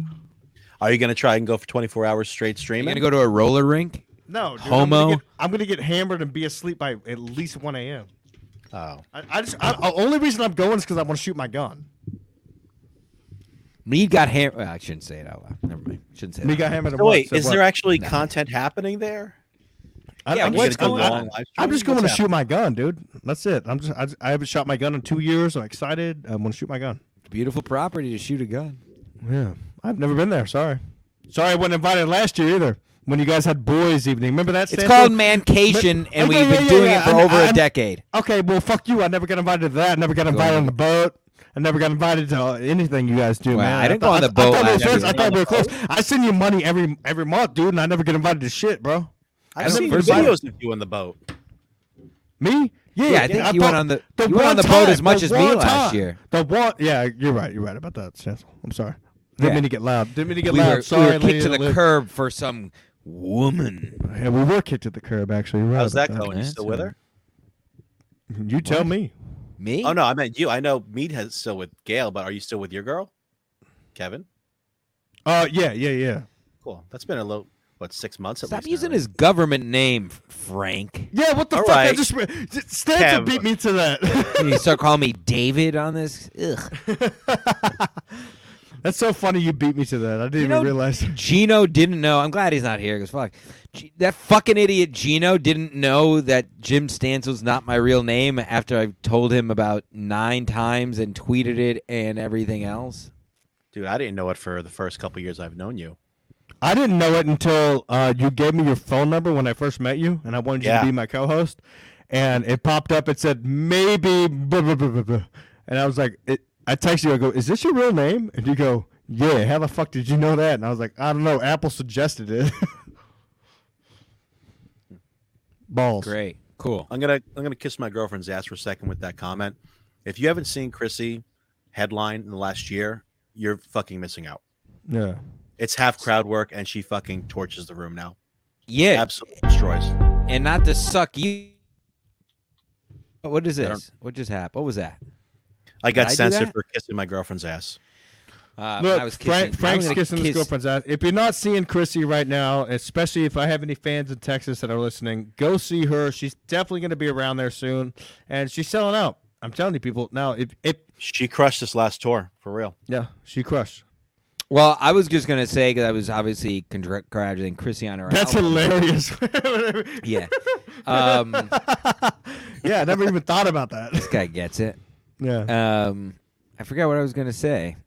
C: Are you going to try and go for 24 hours straight
A: you
C: streaming?
A: gonna go to a roller rink?
B: no, dude, I'm
A: Homo.
B: gonna, get, I'm gonna get hammered and be asleep by at least 1 a.m.
C: oh,
B: I, I just I, the only reason I'm going is because I want to shoot my gun.
A: Mead got ham. well, I shouldn't say it out loud. Never mind. Shouldn't say
B: Me
A: that.
B: got hammered. at
C: So wait,
B: once, so
C: is
B: what?
C: there actually content happening there?
B: I,
A: Yeah,
B: I'm,
A: when you
B: just,
A: get a
B: I'm,
A: good
B: I-
A: long
C: live
B: I'm just
C: stream,
B: going to
C: what's
B: shoot my gun, dude. That's it. I'm just I, just- I haven't shot my gun in two years. I'm excited. I'm going to shoot my gun.
A: Beautiful property to shoot a gun.
B: Yeah. I've never been there. Sorry. Sorry, I wasn't invited last year either. When you guys had boys' evening, remember that?
A: It's
B: Sanford?
A: called Mancation,
B: But-
A: and
B: okay,
A: we've
B: yeah,
A: been
B: yeah,
A: doing
B: yeah.
A: it for
B: I'm-
A: over a
B: I'm-
A: decade.
B: Okay, well, fuck you. I never got invited to that. I never got invited on the boat. I never got invited to uh, anything you guys
A: Wow,
B: do, man.
A: I didn't
B: thought-
A: go on the boat
B: I,
A: last
B: thought, we were
A: year.
B: friends. I thought we were close. I send you money every every month, dude, and I never get invited to shit, bro.
A: I
C: I've
A: don't
C: seen
A: first-
C: videos of you on the boat.
B: Me? Yeah,
A: Yeah, I think you
B: thought-
A: went on the- you went on
B: one
A: the boat
B: time-
A: as much as me
B: one
A: last
B: time-
A: year.
B: The one, yeah, you're right. You're right about that, Cecil. I'm sorry. Didn't
A: Yeah.
B: mean to get loud. Didn't mean to get
A: We
B: loud.
A: were,
B: sorry,
A: we were
B: lady
A: kicked to
B: that
A: the
B: lived-
A: curb for some woman.
B: Yeah, we were kicked to the curb. Actually, You're right
C: How's
B: about
C: that going? You
A: Yeah,
C: still
A: it's
C: with
A: going.
C: her?
B: You tell me.
A: Me?
C: Oh no, I meant you. I know Meat has still with Gail, but are you still with your girl, Kevin?
B: Uh, yeah, yeah, yeah,
C: Cool. That's been a little what six months at
A: Stop
C: least. now,
A: using
C: right?
A: his government name, Frank.
B: yeah. What the
C: All
B: fuck? I
C: right.
B: just re- Stanza
C: Kev.
B: beat me to that.
A: you start calling me David on this? Ugh.
B: That's so funny. You beat me to that. I didn't
A: You
B: even
A: know-
B: realize.
A: Gino didn't know. I'm glad he's not here because fuck, G- that fucking idiot Gino didn't know that Jim Stansel's not my real name after I've told him about nine times and tweeted it and everything else.
C: Dude, I didn't know it for the first couple years I've known you.
B: I didn't know it until uh, you gave me your phone number when I first met you, and I wanted you
C: Yeah.
B: to be my co-host. And it popped up. It said maybe, blah, blah, blah, blah, blah. and I was like, it, I text you. I go, "Is this your real name?" And you go, "Yeah." How the fuck did you know that? And I was like, "I don't know. Apple suggested it." Balls.
A: Great, cool.
C: I'm gonna I'm gonna kiss my girlfriend's ass for a second with that comment. If you haven't seen Chrissy headline in the last year, you're fucking missing out.
B: Yeah.
C: It's half crowd work, and she fucking torches the room now.
A: Yeah,
C: Absolutely destroys.
A: and not to suck you. Oh, What is
C: I don't-
A: this? What just happened? What was that?
C: I
A: Did I
C: got
A: do
C: censored
A: that?
C: for kissing my girlfriend's ass.
A: Uh,
B: Look,
A: I was kissing.
B: Frank,
A: I'm
B: Frank's
A: gonna
B: kissing his
A: kiss-
B: girlfriend's ass. If you're not seeing Chrissy right now, especially if I have any fans in Texas that are listening, go see her. She's definitely going to be around there soon, and she's selling out. I'm telling you, people. Now, if, if
C: She crushed this last tour for real.
B: yeah, she crushed.
A: Well, I was just gonna say because I was obviously congr- congratulating Chrissy on her.
B: That's
A: album.
B: hilarious.
A: yeah. Um, this
B: yeah, I never even thought about that.
A: guy gets it.
B: Yeah,
A: Um, I forgot what I was gonna say.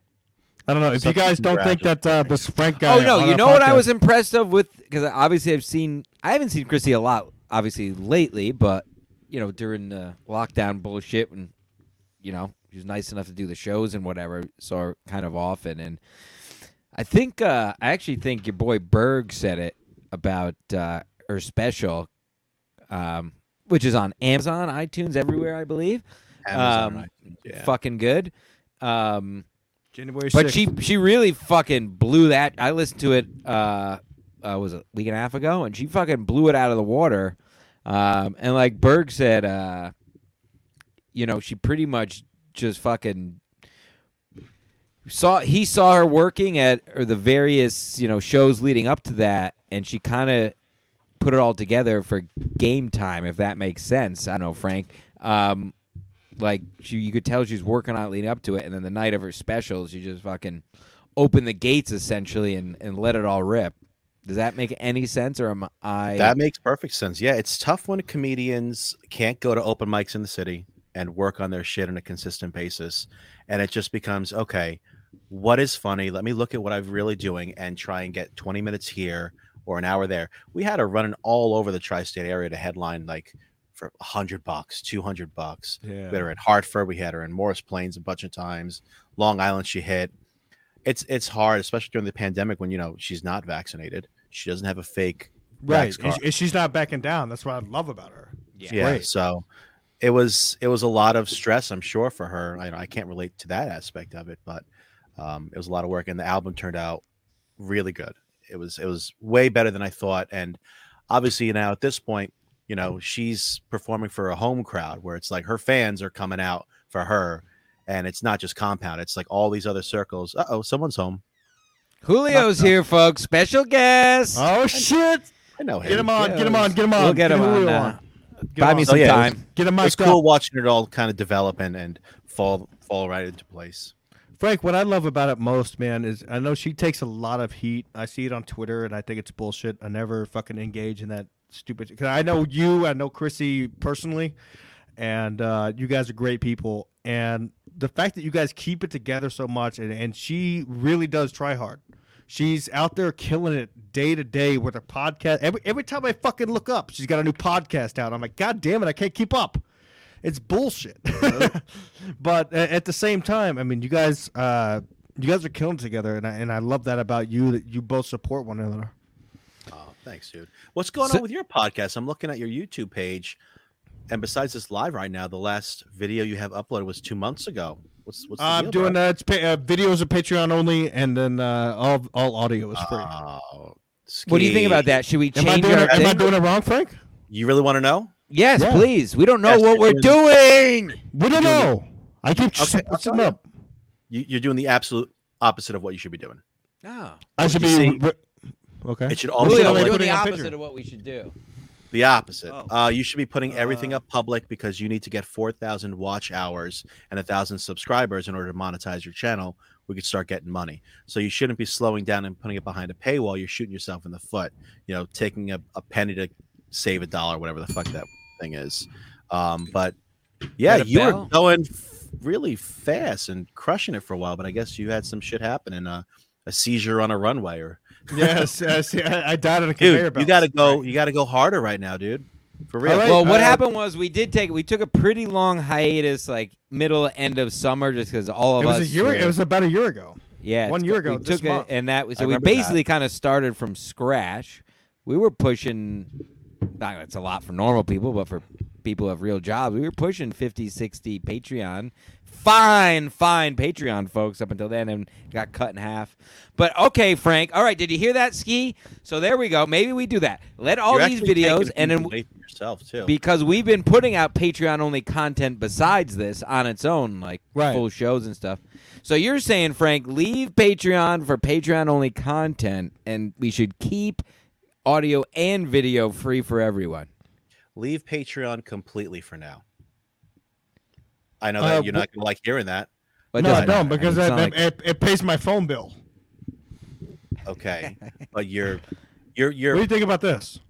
B: I don't know. If you guys don't think that uh, this Frank guy.
A: oh no,
B: on
A: you
B: our
A: know what I
B: podcast-
A: was impressed of with because obviously I've seen I haven't seen Chrissy a lot obviously lately, but you know during the lockdown bullshit and you know she was nice enough to do the shows and whatever, so her kind of often and I think uh, I actually think your boy Berg said it about uh, her special, um, which is on Amazon, iTunes, everywhere I believe.
C: Amazon,
A: um,
C: right? Yeah.
A: Fucking good. Um,
B: January
A: but
B: 6th.
A: she she really fucking blew that. I listened to it uh, uh was it a week and a half ago, and she fucking blew it out of the water. Um, and like Berg said, uh, you know, she pretty much just fucking saw he saw her working at or the various you know shows leading up to that, and she kind of put it all together for game time, if that makes sense. I don't know, Frank. Um, like she, you could tell she's working on it leading up to it, and then the night of her special, she just fucking opened the gates essentially and, and let it all rip. Does that make any sense, or am I?
C: That makes perfect sense. Yeah, it's tough when comedians can't go to open mics in the city and work on their shit on a consistent basis. And it just becomes okay, what is funny? Let me look at what I'm really doing and try and get 20 minutes here or an hour there. We had her running all over the tri state area to headline like for 100 bucks, 200 bucks. We had
B: Yeah.
C: her in Hartford. We had her in Morris Plains a bunch of times. Long Island, she hit. It's it's hard, especially during the pandemic when you know she's not vaccinated. She doesn't have a fake
B: Right.
C: Max Carr.
B: And she- she's not backing down. That's what I love about her.
C: yeah
B: Right.
C: so it was it was a lot of stress i'm sure for her i, I can't relate to that aspect of it but um, it was a lot of work and the album turned out really good it was it was way better than i thought and obviously now at this point you know she's performing for a home crowd where it's like her fans are coming out for her and it's not just compound it's like all these other circles uh-oh someone's home
A: Julio's here, folks. Special guest.
B: Oh shit!
C: i know him.
B: Get him on! Get him on! Get him on!
A: We'll get him
B: Julio
A: on. Uh,
B: Get
A: buy
B: him
A: me
B: on.
A: some
C: yeah, it was-
A: time.
B: Get him
C: it's
B: mic'd
C: cool
B: up.
C: watching it all kind of develop and, and fall fall right into place
B: Frank, what I love about it most, man, is I know she takes a lot of heat. I see it on Twitter, and I think it's bullshit. I never fucking engage in that stupid. Because I know you, I know Chrissy personally, and uh, you guys are great people. And the fact that you guys keep it together so much, and, and she really does try hard. She's out there killing it day to day with her podcast. Every every time I fucking look up, she's got a new podcast out. I'm like, God damn it, I can't keep up. It's bullshit. but a- at the same time, I mean, you guys, uh, you guys are killing together, and I and I love that about you that you both support one another.
C: Oh, thanks, dude. What's going on with your podcast? I'm looking at your YouTube page, and besides this live right now, the last video you have uploaded was two months ago. What's what's the
B: I'm
C: deal,
B: doing
C: bro?
B: uh, it's pa- uh, videos are Patreon only, and then uh, all all audio is free.
C: Oh,
A: What do you think about
C: Ski.
A: that? Should we
B: am I
A: change
B: doing
A: our
B: it, am I
A: thing?
B: doing it wrong, Frank?
C: You really want to know?
A: Yes,
B: Yeah.
A: please. We don't know
C: Yes,
A: what we're
C: you're
A: doing.
B: We don't know. I keep
C: Okay, I'll
B: switching
C: tell
B: up.
C: You, you're doing the absolute opposite of what you should be doing.
A: No.
B: I should
C: You
B: be
C: see-
B: re- okay.
C: It should all
B: Well,
C: be
B: yeah,
A: Julio, we're
B: like
C: public,
A: doing
B: Oh, putting
A: the
B: up
A: opposite
B: pictures.
A: of what we should do.
C: the opposite.
A: Oh.
C: Uh, you should be putting everything
A: Uh.
C: up public because you need to get four thousand watch hours and a thousand subscribers in order to monetize your channel. We could start getting money. So you shouldn't be slowing down and putting it behind a paywall. You're shooting yourself in the foot. You know, taking a, a penny to save a dollar, whatever the fuck that thing is. Um, but yeah,
A: Got a
C: you were
A: bell?
C: going f- really fast and crushing it for a while. But I guess you had some shit happen and uh, a seizure on a runway or
B: yes, yes, yeah, I I died on a conveyor
C: dude,
B: belt.
C: you got to go. You got to go harder right now, dude. For real.
B: All right.
A: Well, what
B: uh,
A: happened was we did take we took a pretty long hiatus, like middle end of summer, just because all of
B: It was
A: us.
B: a year.
A: were-
B: It was about a year ago.
A: yeah,
B: one
A: it's-
B: year ago
A: We
B: this
A: took it,
B: month.
A: and that was
C: I
A: so we
C: remember that.
A: basically kind of started from scratch. We were pushing. Not it's a lot for normal people, but for people who have real jobs, we were pushing 50, 60 Patreon. Fine, fine Patreon folks up until then, and got cut in half. But okay, Frank. All right, did you hear that ski? So there we go. Maybe we do that. Let all
C: You're
A: these
C: actually taking
A: videos,
C: it
A: and then
C: away from yourself too.
A: because we've been putting out Patreon only content besides this on its own, like
B: Right.
A: full shows and stuff. So you're saying, Frank, leave Patreon for Patreon only content, and we should keep audio and video free for everyone.
C: Leave Patreon completely for now. I know that
B: Uh,
C: you're
B: wh-
C: not gonna like hearing that.
A: But it
B: no, I
A: doesn't
B: don't
A: matter.
B: because
A: I mean, it's
B: that,
A: not like-
B: it, it pays my phone bill.
C: Okay, but you're, you're,
B: What
C: you're.
B: do you think about this?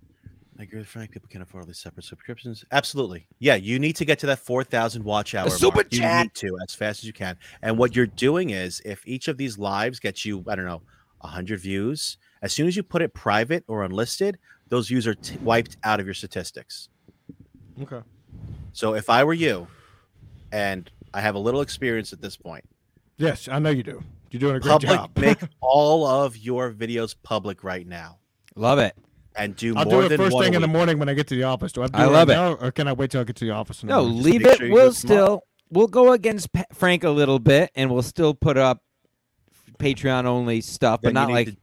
C: I agree with Frank. People can afford all these separate subscriptions. Absolutely. Yeah, you need to get to that four thousand watch hour.
A: super
C: mark. You
A: chat!
C: need to as fast as you can. And what you're doing is, if each of these lives gets you, I don't know, hundred views, as soon as you put it private or unlisted, those views are t- wiped out of your statistics.
B: Okay.
C: So if I were you, and I have a little experience at this point,
B: Yes, I know you do. You're doing a great
C: public
B: job.
C: make all of your videos public right now
A: love it.
C: and do
B: I'll
C: more
B: do it
C: than
B: first
C: one
B: thing
C: a
B: in the
C: week.
B: morning when I get to the office. Do I, have to do
A: I love
B: right
A: it.
B: now, or can I wait till I get to the office? in the
A: No,
B: morning?
A: leave
C: make
A: it.
C: sure you do
A: we'll
C: it tomorrow.
A: still we'll go against Pa- Frank a little bit, and we'll still put up Patreon only stuff,
C: Then
A: but
C: you
A: not
C: need
A: like
C: to
A: not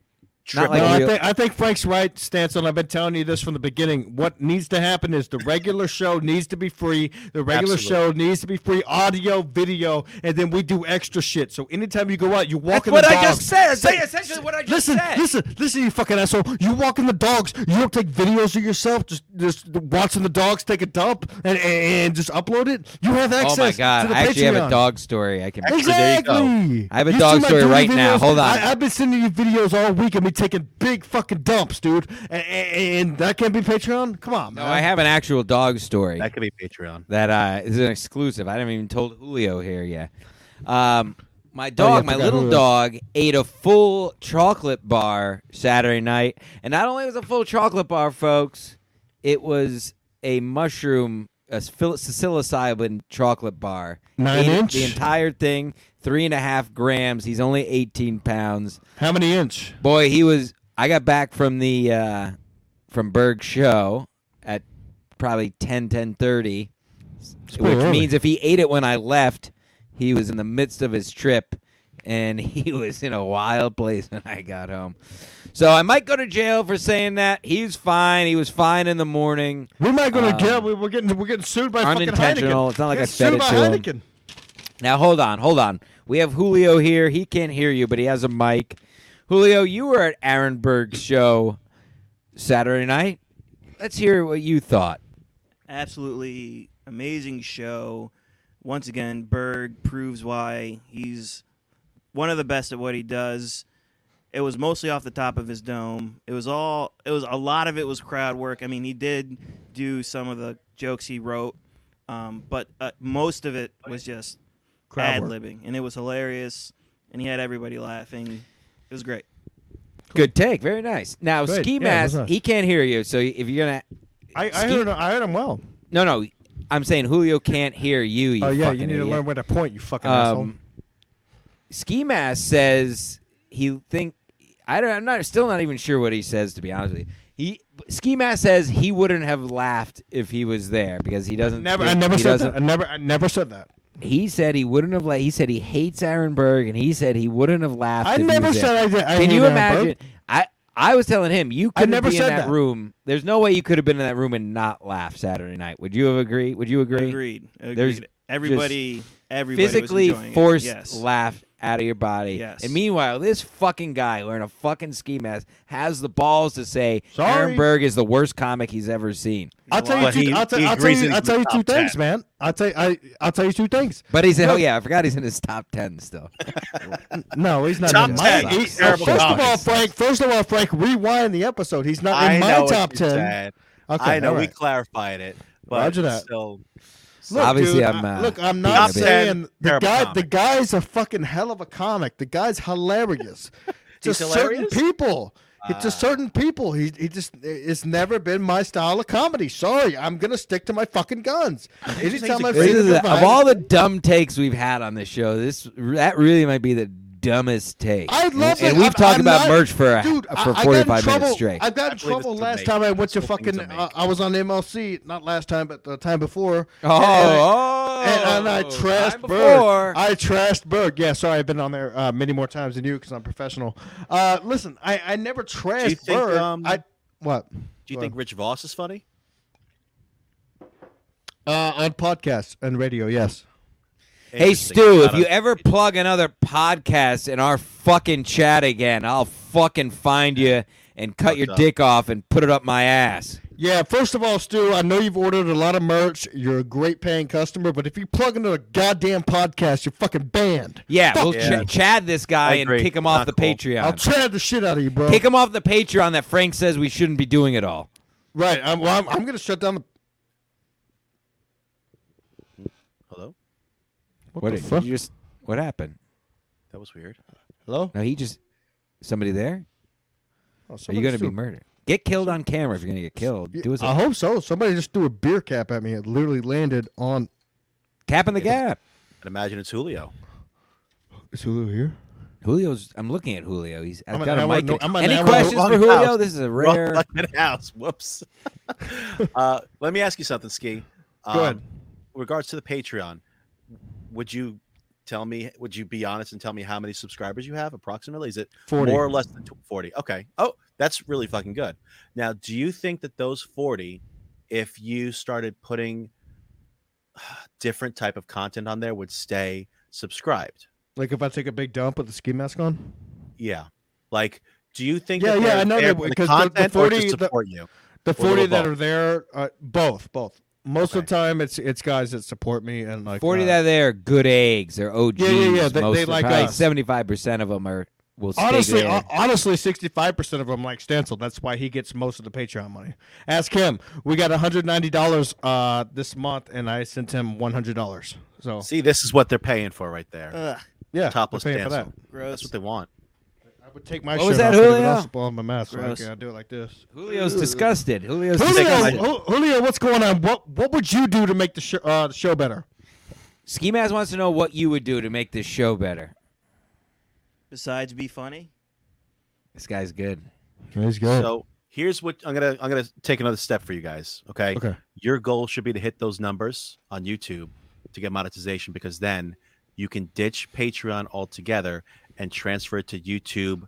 C: triple
A: like
B: no,
A: real-
B: I, think, I think Frank's right, Stanson. I've been telling you this from the beginning. What needs to happen is the regular show needs to be free. The regular
C: Absolutely.
B: show needs to be free, audio, video, and then we do extra shit. So anytime you go out, you walk
A: That's
B: in
A: what
B: the
A: I
B: dogs.
A: just said. I said essentially what I just
B: listen,
A: said.
B: listen, listen, you fucking asshole. You walk in the dogs. You don't take videos of yourself. Just, just watching the dogs take a dump and, and, and just upload it. You have
A: oh
B: access.
A: my god,
B: to the
A: I actually have a
B: Patreon.
A: dog story. I can.
C: Actually, there you
B: Exactly.
C: go.
A: I have a dog
B: see my
A: story
B: dirty
A: right now.
B: videos?
A: Hold on.
B: I, have been sending you videos all week of me taking big fucking dumps, dude. A- a- And, that can't be Patreon? Come on,
A: No,
B: man.
A: Oh, I have an actual dog story.
C: that could be Patreon.
A: that uh, is an exclusive. I haven't even told Julio here yet. Um, my dog,
B: I
A: my
B: forgot
A: little
B: Julio.
A: dog, ate a full chocolate bar Saturday night, and not only was it a full chocolate bar, folks, it was a mushroom, a psil- psilocybin chocolate bar.
B: Nine
A: Ate it-
B: inch?
A: The entire thing, three and a half grams. He's only eighteen pounds.
B: How many inch?
A: Boy, he was. I got back from the uh, from Berg show at probably 10, 10 which
B: pretty early.
A: means if he ate it when I left, he was in the midst of his trip, and he was in a wild place when I got home. So I might go to jail for saying that. He's fine. He was fine in the morning.
B: We're not going to
A: Um,
B: jail. We- We're getting we're getting sued by fucking
A: unintentional.
B: Heineken.
A: It's not like I
B: Getting
A: fed
B: sued
A: it
B: by
A: to him.
B: Heineken.
A: Now hold on, hold on. We have Julio here. He can't hear you, but he has a mic. Julio, you were at Aaron Berg's show Saturday night. Let's hear what you thought.
E: absolutely amazing show. Once again, Berg proves why he's one of the best at what he does. It was mostly off the top of his dome. It was all it was a lot of it was crowd work. I mean, he did do some of the jokes he wrote, um, but uh, most of it was just
B: Crowd
E: ad
B: work.
E: libbing, and it was hilarious. And he had everybody laughing. It was great.
A: Good take. Very nice. Now,
B: Good.
A: Ski
B: Yeah,
A: Mask,
B: that's nice.
A: he can't hear you. So if you're going to.
B: I, I
A: Ski-
B: heard I heard him well.
A: No, no. I'm saying Julio can't hear you. you
B: Oh yeah,
A: fucking
B: you need to
A: idiot.
B: learn where to point. You fucking asshole.
A: Um, Ski Mask says he think I don't. I'm not still not even sure what he says to be honest with you. He Ski Mask says he wouldn't have laughed if he was there because he doesn't.
B: Never,
A: he,
B: I never
A: he
B: said
A: doesn't-
B: that. I never, I never said that.
A: He said he wouldn't have. La- he said he hates Aaron Berg, and he said he wouldn't have laughed.
B: I
A: if he
B: never
A: was there.
B: said I did- I
A: Can
B: hate
A: you
B: Aaron
A: imagine?
B: Berg.
A: I I was telling him you
B: I
A: couldn't
B: never
A: be in
B: said
A: that
B: that.
A: room. There's no way you could have been in that room and not laugh Saturday night. Would you have agreed? Would you agree?
E: Agreed. Agreed.
A: There's
E: everybody, everybody was
A: physically
E: enjoying it.
A: forced
E: Yes.
A: laugh out of your body.
E: Yes.
A: And meanwhile, this fucking guy wearing a fucking ski mask has the balls to say
B: Sorry.
A: Aaron Berg is the worst comic he's ever seen.
B: I'll tell you
C: But
B: two.
C: he-
B: I'll tell,
C: he
B: I'll tell
C: agrees
B: you.
C: that
B: I'll
C: he's
B: tell
C: in
B: you
C: the
B: two
C: top
B: things,
C: 10.
B: man. I'll tell you. I. I'll tell you two things.
A: But he's
B: No.
A: oh yeah, I forgot he's in his top ten still.
B: No, he's not
C: Top
B: in
C: 10.
B: my. First
C: He's terrible
B: of
C: comics.
B: all, Frank. First of all, Frank. Rewind the episode. He's not
C: I
B: in
C: know
B: my
C: what
B: top
C: you
B: ten.
C: said.
B: Okay,
C: I know
B: all
C: we
B: right.
C: clarified it, but
B: Roger that.
C: still,
B: Look,
A: Obviously,
B: dude,
A: I'm,
B: I-
A: uh,
B: look.
A: being
B: I'm not
A: a bit-
B: saying the
C: Terrible
B: guy.
C: comic.
B: The guy's a fucking hell of a comic. The guy's hilarious.
C: He's
B: Just certain
C: hilarious? Ah.
B: people. It's just certain people. He he just it's never been my style of comedy. Sorry, I'm gonna stick to my fucking guns. Anytime
C: a
B: I've
A: This
B: seen
A: is
B: a
A: a-
B: divide-
A: of all the dumb takes we've had on this show, this that really might be the dumbest take.
B: I love
A: and
B: it.
A: we've
B: I'm-
A: talked
B: I'm
A: about
B: not-
A: merch for a-
B: dude, I-
A: for
B: I got in
A: 45 minutes
B: trouble-
A: straight.
B: I got in
C: I believe it's
B: trouble
C: the
B: last
C: make.
B: time I went to
C: This whole thing's
B: fucking.
C: a
B: Uh,
C: make.
B: I was on MLC, not last time, but the time before.
A: Oh,
B: and I-
A: oh,
B: and, and I
A: time
B: trashed
A: before.
B: Berg. I trashed Berg. Yeah, sorry, I've been on there uh, many more times than you because I'm professional. Uh, listen, I, I never trashed
C: think,
B: Berg.
C: um,
B: I what?
C: do you think Rich Voss is funny?
B: uh, on podcasts and radio? Yes.
A: Hey
C: Interesting.
A: Stu,
C: Not
A: if
C: a-
A: you ever plug another podcast in our fucking chat again, I'll fucking find you and cut your
C: Fucked up.
A: dick off and put it up my ass.
B: Yeah. First of all, Stu, I know you've ordered a lot of merch. You're a great paying customer, but if you plug into a goddamn podcast, you're fucking banned.
A: Yeah,
B: Fuck
A: we'll
C: yeah.
A: Ch- Chad this guy
C: I
A: and
C: agree.
A: kick him off
C: Not
A: the
C: cool.
A: Patreon.
B: I'll trad the shit out of you, bro.
A: kick him off the Patreon that Frank says we shouldn't be doing it all.
B: right. I'm, well, I'm, I'm gonna shut down the.
C: Hello,
B: What,
A: What
B: the
A: did-
B: fuck?
A: you just what happened?
C: that was weird.
B: Hello.
A: No, he just somebody there? Are
B: Oh,
A: you
B: somebody
A: gonna
B: just threw
A: be murdered? Get killed on camera if you're gonna get killed. Do us
B: I
A: a
B: hope so. Somebody just threw a beer cap at me. It literally landed on.
A: cap in the gap.
C: I'd imagine it's Julio.
B: Is Hulu here?
A: Julio's I'm looking at Julio. He's I've
B: I'm an
A: got a
B: hour
A: mic.
B: no-
A: in-
B: I'm an
A: Any
B: hour
A: questions
C: long
A: for Julio?
C: house.
A: This is a
C: Wrong
A: rare
C: fucking house. Whoops. uh, let me ask you something, Ski. Um,
B: ahead.
C: Regards to the Patreon, would you tell me? Would you be honest and tell me how many subscribers you have approximately? Is it
B: 40.
C: more or less than tw- forty? Okay. Oh, that's really fucking good. Now, do you think that those forty, if you started putting different type of content on there, would stay subscribed?
B: Like if I take a big dump with the ski mask on?
C: Yeah. Like, do you think?
B: Yeah,
C: that
B: yeah,
C: they're
B: I know
C: there
B: that-
C: for the
B: because the- the
C: content or to
B: 40 the-
C: support you.
B: The
C: Or
B: forty
C: little
B: that
C: both?
B: are there, uh, both, both. Most of
C: Okay.
B: the time, it's it's guys that support me and like
A: Forty
B: uh,
A: that they're good eggs. They're OGs.
B: yeah, yeah, they-
A: most
B: they like us.
A: seventy-five percent of them are will stay
B: Honestly, uh,
A: there.
B: hon- honestly, sixty-five percent of them like Stencil. That's why he gets most of the Patreon money. Ask him. We got one hundred ninety dollars uh, this month, and I sent him one hundred dollars. So
C: See, this is what they're paying for right there.
E: Ugh,
B: Uh, yeah,
C: Topless
B: we're paying
C: dance.
B: for that.
C: That's
E: gross.
C: what they want.
B: I would take my
A: What
B: shirt
A: was that,
B: off and
A: Julio?
B: even else put on my mask. So I
E: Gross.
B: can do it like this.
A: Julio's disgusted. Julio's
B: Julio,
A: disgusted.
B: Ju- Julio, what's going on? What what would you do to make the show uh, the show better?
A: Ski Mask wants to know what you would do to make this show better.
E: Besides, be funny.
A: This guy's good.
B: He's
C: So here's what I'm gonna I'm gonna take another step for you guys. Okay.
B: Okay.
C: Your goal should be to hit those numbers on YouTube to get monetization because then you can ditch Patreon altogether and transfer it to YouTube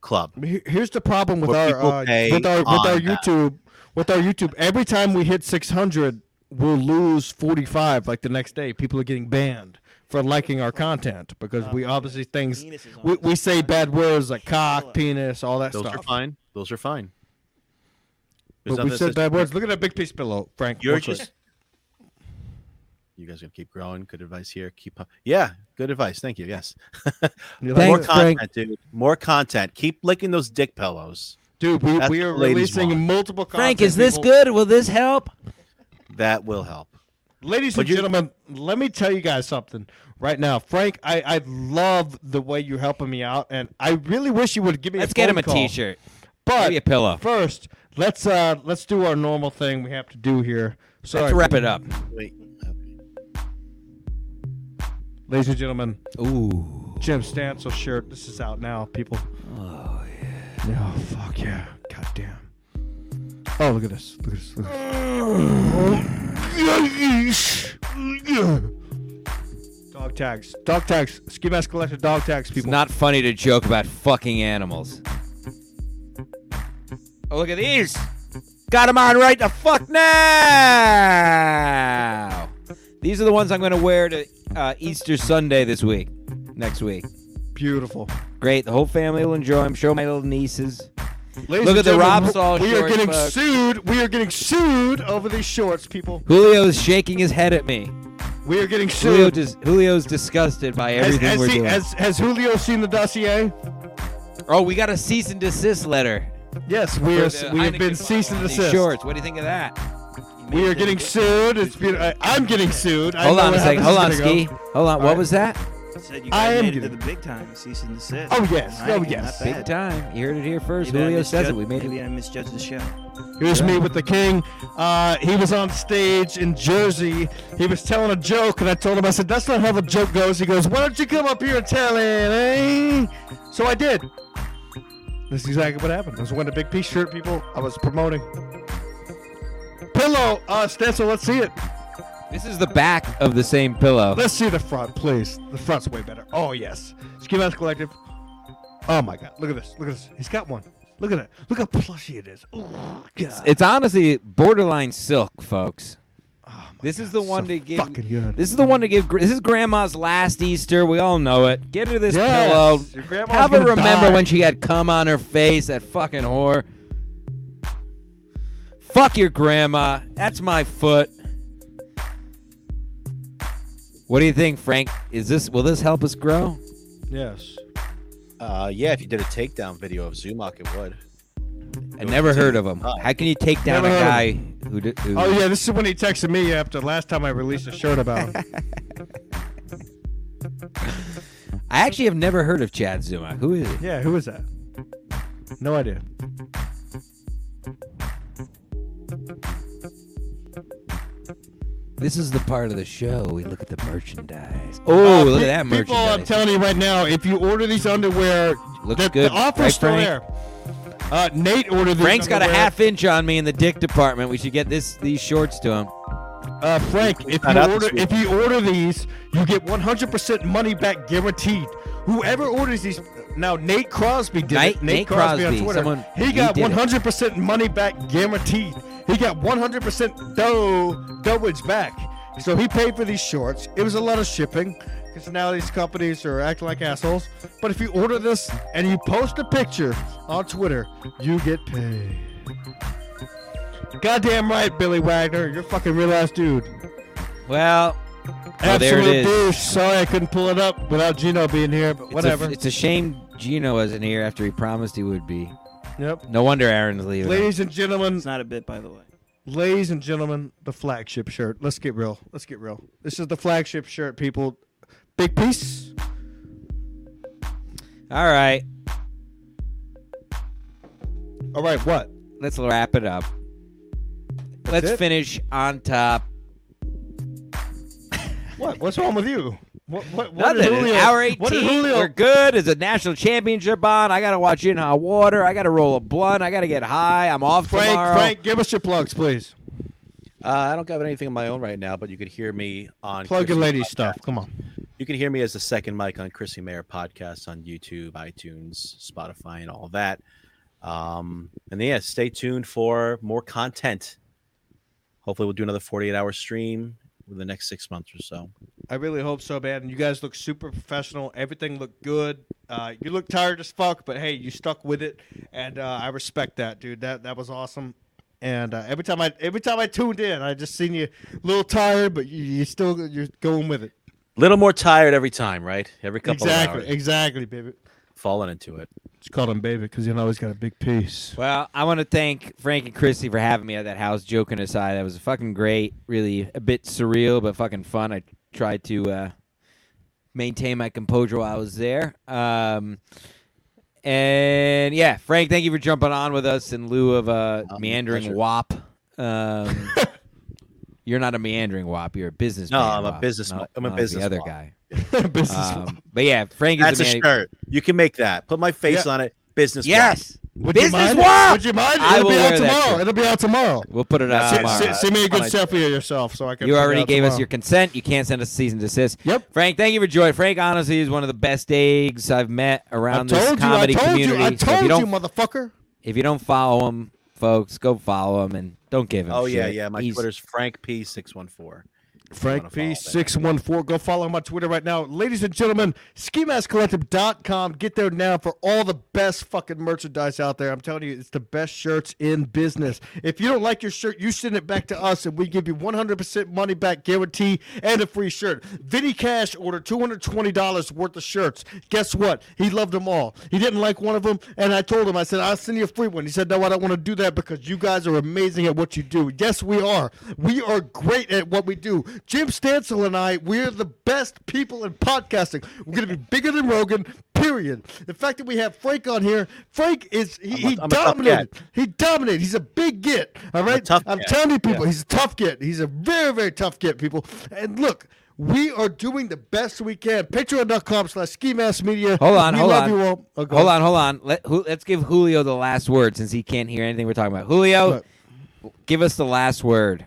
C: Club.
B: Here- Here's the problem with
C: Where
B: our,
C: people
B: uh,
C: pay
B: with our with our
C: on that.
B: YouTube with our YouTube. Every time we hit 600, we'll lose 45. Like the next day, people are getting banned for liking our content because we obviously things
E: Penis is on
B: we,
E: it.
B: we say bad words like cock,
E: up.
B: penis, all that
C: Those are
B: stuff.
C: fine. Those are fine. There's
B: But
C: nothing
B: we
C: that
B: said
C: says-
B: bad words. Look at that big piece of pillow, Frank.
C: You're
B: real quick.
C: just. You guys gonna keep growing. Good advice here. Keep up. Yeah, good advice. Thank you. Yes.
B: You're
A: Thanks,
C: More
B: like-
C: content,
A: Frank.
C: dude. More content. Keep licking those dick pillows.
B: dude. We,
C: That's
B: we
C: what
B: are
C: ladies
B: releasing
C: want.
B: multiple.
A: Frank,
B: content,
A: is this
B: people.
A: good? Will this help?
C: That will help.
B: Ladies and gentlemen, let me tell you guys something right now. Frank, I, I love the way you're helping me out, and I really wish you would give me
A: Let's
B: a phone
A: get him a
B: call.
A: T-shirt.
B: But
A: Maybe a pillow.
B: First, let's uh let's do our normal thing we have to do here. Sorry,
A: Let's wrap it up.
C: Wait.
B: ladies and gentlemen.
A: Ooh.
B: Jim Stancil shirt. This is out now, people. Oh yeah. Oh fuck yeah. God damn. Oh look at this. Look at this. Look at this. dog tags. Dog tags. Ski mask collector dog tags,
A: It's
B: people.
A: not funny to joke about fucking animals. Oh, look at these. Got them on right the fuck now. These are the ones I'm going to wear to uh, Easter Sunday this week, next week.
B: beautiful.
A: Great. The whole family will enjoy them. Show my little nieces.
B: Ladies
A: Look
B: and
A: at the
B: gentlemen,
A: Rob Saul
B: We are
A: shorts,
B: getting
A: folks.
B: sued. We are getting sued over these shorts, people.
A: Julio's shaking his head at me.
B: We are getting
A: Julio
B: sued.
A: dis- Julio's disgusted by
B: Has,
A: everything
B: has,
A: we're
B: he-
A: doing.
B: has, has Julio seen the dossier?
A: oh, we got a cease and desist letter.
B: Yes, we are.
A: for the
B: We have
A: Heineken
B: been
A: bottle
B: ceased and
A: on these
B: desist.
A: Shorts. What do you think of that?
B: We are getting sued. It's been, I, I'm getting sued. I
A: Hold
B: know
A: on a
B: how
A: second.
B: this
A: Hold
B: is
A: on,
B: gonna
A: Ski.
B: go.
A: Hold on.
B: All
A: What
B: right.
A: was that?
E: Said you
B: I am
E: guys made it to
B: getting-
E: the big time. Cease and desist.
B: Oh, yes. Oh,
E: Not
B: yes.
E: bad.
A: Big time. You heard it here first.
E: Maybe I
A: Julio says
E: misjudged-
A: it. We made
E: Maybe
A: it.
E: I misjudged the show.
B: Here's me with the king. Uh, he was on stage in Jersey. He was telling a joke, and I told him, I said, that's not how the joke goes. He goes, why don't you come up here and tell it, eh? So I did. That's exactly what happened. I was wearing a big P-shirt, people. I was promoting. Pillow, uh, stencil, let's see it.
A: This is the back of the same pillow.
B: Let's see the front, please. The front's way better. Oh yes, Ski Mask Collective. Oh my God! Look at this! Look at this! He's got one. Look at it! Look how plushy it is. Ooh, God.
A: It's honestly borderline silk, folks. this is the
B: Oh, God,
A: one
B: so
A: to give.
B: fucking good.
A: This is the one to give. gr- This is Grandma's last Easter. We all know it. Get her this
B: Yes, your
A: pillow.
B: grandma's
A: Have her
B: gonna
A: remember
B: die.
A: when she had cum on her face. That fucking whore. Fuck your grandma. That's my foot. What do you think, Frank? Is this will this help us grow?
B: yes.
C: Uh, yeah, if you did a takedown video of Zumok, it would.
A: I never heard of him. How can you take down
B: Oh. Never
A: a
B: heard of
A: guy who? Did, who
B: Oh yeah, this is when he texted me after last time I released a shirt about him.
A: I actually have never heard of Chad Zuma. Who is he?
B: yeah, who is that? No idea.
A: This is the part of the show we look at the merchandise. Oh,
B: Uh,
A: look
B: pe-
A: at that
B: People, I'm
A: merchandise!
B: telling you right now, if you order these underwear,
A: Looks
B: the,
A: good,
B: the offer's
A: right,
B: still
A: Frank?
B: there. Uh, Nate ordered these
A: Frank's got a
B: underwear.
A: half inch on me in the dick department. We should get this these shorts to him.
B: Uh, Frank, if
C: Not
B: you
C: out this
B: order
C: week.
B: if you order these, you get 100% money back guaranteed. Whoever orders these, now Nate Crosby did
A: Nate-
B: it.
A: Nate Crosby,
B: on Twitter,
A: someone-
B: he
A: he
B: got
A: did it.
B: 100% money back guaranteed. He got 100% dough doughage back. So he paid for these shorts. It was a lot of shipping because now these companies are acting like assholes. But if you order this and you post a picture on Twitter, you get paid. Goddamn right, Billy Wagner. You're a fucking real ass dude.
A: Well, oh, there
B: Absolute
A: it is.
B: douche. Sorry I couldn't pull it up without Gino being here, but
A: It's a-
B: whatever.
A: It's a, shame Gino wasn't here after he promised he would be.
B: yep.
A: No wonder Aaron's leaving.
B: Ladies and gentlemen,
E: It's not a bit, by the way.
B: ladies and gentlemen, the flagship shirt. Let's get real. Let's get real. This is the flagship shirt, people. Big piece.
A: All right,
B: All right, what?
A: let's wrap it up. let's
B: it?
A: finish on top.
B: What? What's wrong with you? What? What? what did
A: Nothing. It's
B: Julio,
A: hour
B: What did
A: 18.
B: Julio?
A: We're good. It's a national championship on. I got to watch In Hot Water. I got to roll a blunt. I got to get high. I'm off
B: Frank,
A: tomorrow.
B: Frank, give us your plugs, please.
C: Uh, I don't have anything of my own right now, but you could hear me on
B: Plug your
C: Chrissy-
B: lady stuff. Come on.
C: You can hear me as the second mic on Chrissy Mayer podcast on YouTube, iTunes, Spotify, and all that. Um, and yeah, stay tuned for more content. Hopefully, we'll do another 48 hour stream within the next six months or so.
B: I really hope so, man. And you guys look super professional. Everything looked good. Uh, you look tired as fuck, but hey, you stuck with it, and uh, I respect that, dude. That that was awesome. And uh, every time I every time I tuned in, I just seen you a little tired, but you, you still you're going with it.
C: little more tired every time, right? Every couple
B: Exactly,
C: of hours,
B: exactly, baby.
C: falling into it.
B: She called him baby because he always got a big piece.
A: Well, I want to thank Frank and Christy for having me at that house. Joking aside, that was fucking great. Really a bit surreal, but fucking fun. I tried to uh, maintain my composure while I was there. Um, and yeah, Frank, thank you for jumping on with us in lieu of a
C: Oh, my
A: meandering
C: pleasure.
A: wop. Um, you're not a meandering wop. You're a business.
C: No,
A: man
C: I'm a
A: wop,
C: business
A: not-
C: mo- I'm a
A: not the
C: business
A: other
C: wop.
A: guy.
B: Business
A: Um, but yeah, Frank
C: That's a
A: is a, man.
C: shirt. You can make that. Put my face
B: Yeah.
C: on it. Business.
A: Yes,
B: Would you
A: business
B: mind?
A: wop.
B: Would you mind?
A: I
B: It'll
A: will
B: be out
A: wear that
B: tomorrow.
A: shirt.
B: It'll be out tomorrow.
A: We'll put it out
C: That's it.
B: Send,
A: tomorrow.
B: send- send me a good
C: Fine.
B: selfie of yourself so I can.
A: You
B: put it
A: already
B: out
A: gave us
B: tomorrow.
A: your consent. You can't send us cease and desist.
B: Yep.
A: Frank, thank you for joining. Frank, honestly, is one of the best eggs I've met
B: I
A: around this
B: told you. I
A: comedy
B: told you.
A: community.
B: I
A: So if
B: told
A: you
B: you,
A: don't,
B: motherfucker.
A: if you don't follow him, folks, go follow him and don't give him.
C: Oh yeah,
A: shit.
C: yeah. My
A: He's-
C: Twitter's Frank P six one four.
B: Frank P six one four. Go follow him on Twitter right now, ladies and gentlemen. SkimaskCollective.com. Get there now for all the best fucking merchandise out there. I'm telling you, it's the best shirts in business. If you don't like your shirt, you send it back to us, and we give you 100 percent money back guarantee and a free shirt. Vinny Cash ordered 220 dollars worth of shirts. Guess what? He loved them all. He didn't like one of them, and I told him, I said, I'll send you a free one. He said, No, I don't want to do that because you guys are amazing at what you do. Yes, we are. We are great at what we do. Jim Stansel and I, we're the best people in podcasting. We're going to be bigger than Rogan, period. The fact that we have Frank on here, Frank is, he, he
C: I'm a tough
B: dominated. He dominated. He's a big get. All right?
C: tough
B: I'm
C: get.
B: telling you, people, he's a tough get. He's a very, very tough get, people. And look, we are doing the best we can. Patreon.com slash ski mask media.
A: Hold on,
B: we
A: hold
B: love
A: on.
B: You all. Oh, go
A: hold
B: ahead.
A: on, hold on. Let who, let's give Julio the last word since he can't hear anything we're talking about. Julio,
B: What?
A: give us the last word.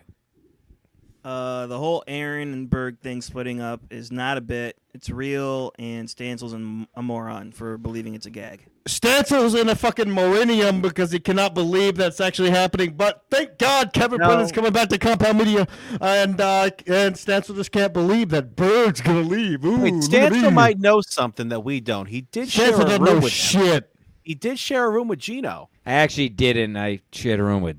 E: Uh, the whole Aaron and Berg thing splitting up is not a bit. It's real, and Stansel's an, a moron for believing it's a gag.
B: Stansel's in a fucking millennium because he cannot believe that's actually happening. But thank God Kevin
C: No.
B: Brennan's coming back to Compound Media, and uh, and Stansel just can't believe that Bird's gonna leave. Ooh,
C: Wait,
B: look at me.
C: Stansel might know something that we don't. He did share
B: Stansel
C: a
B: doesn't
C: room
B: know
C: with him.
B: shit.
C: He did share a room with Gino.
A: I actually didn't. I shared a room with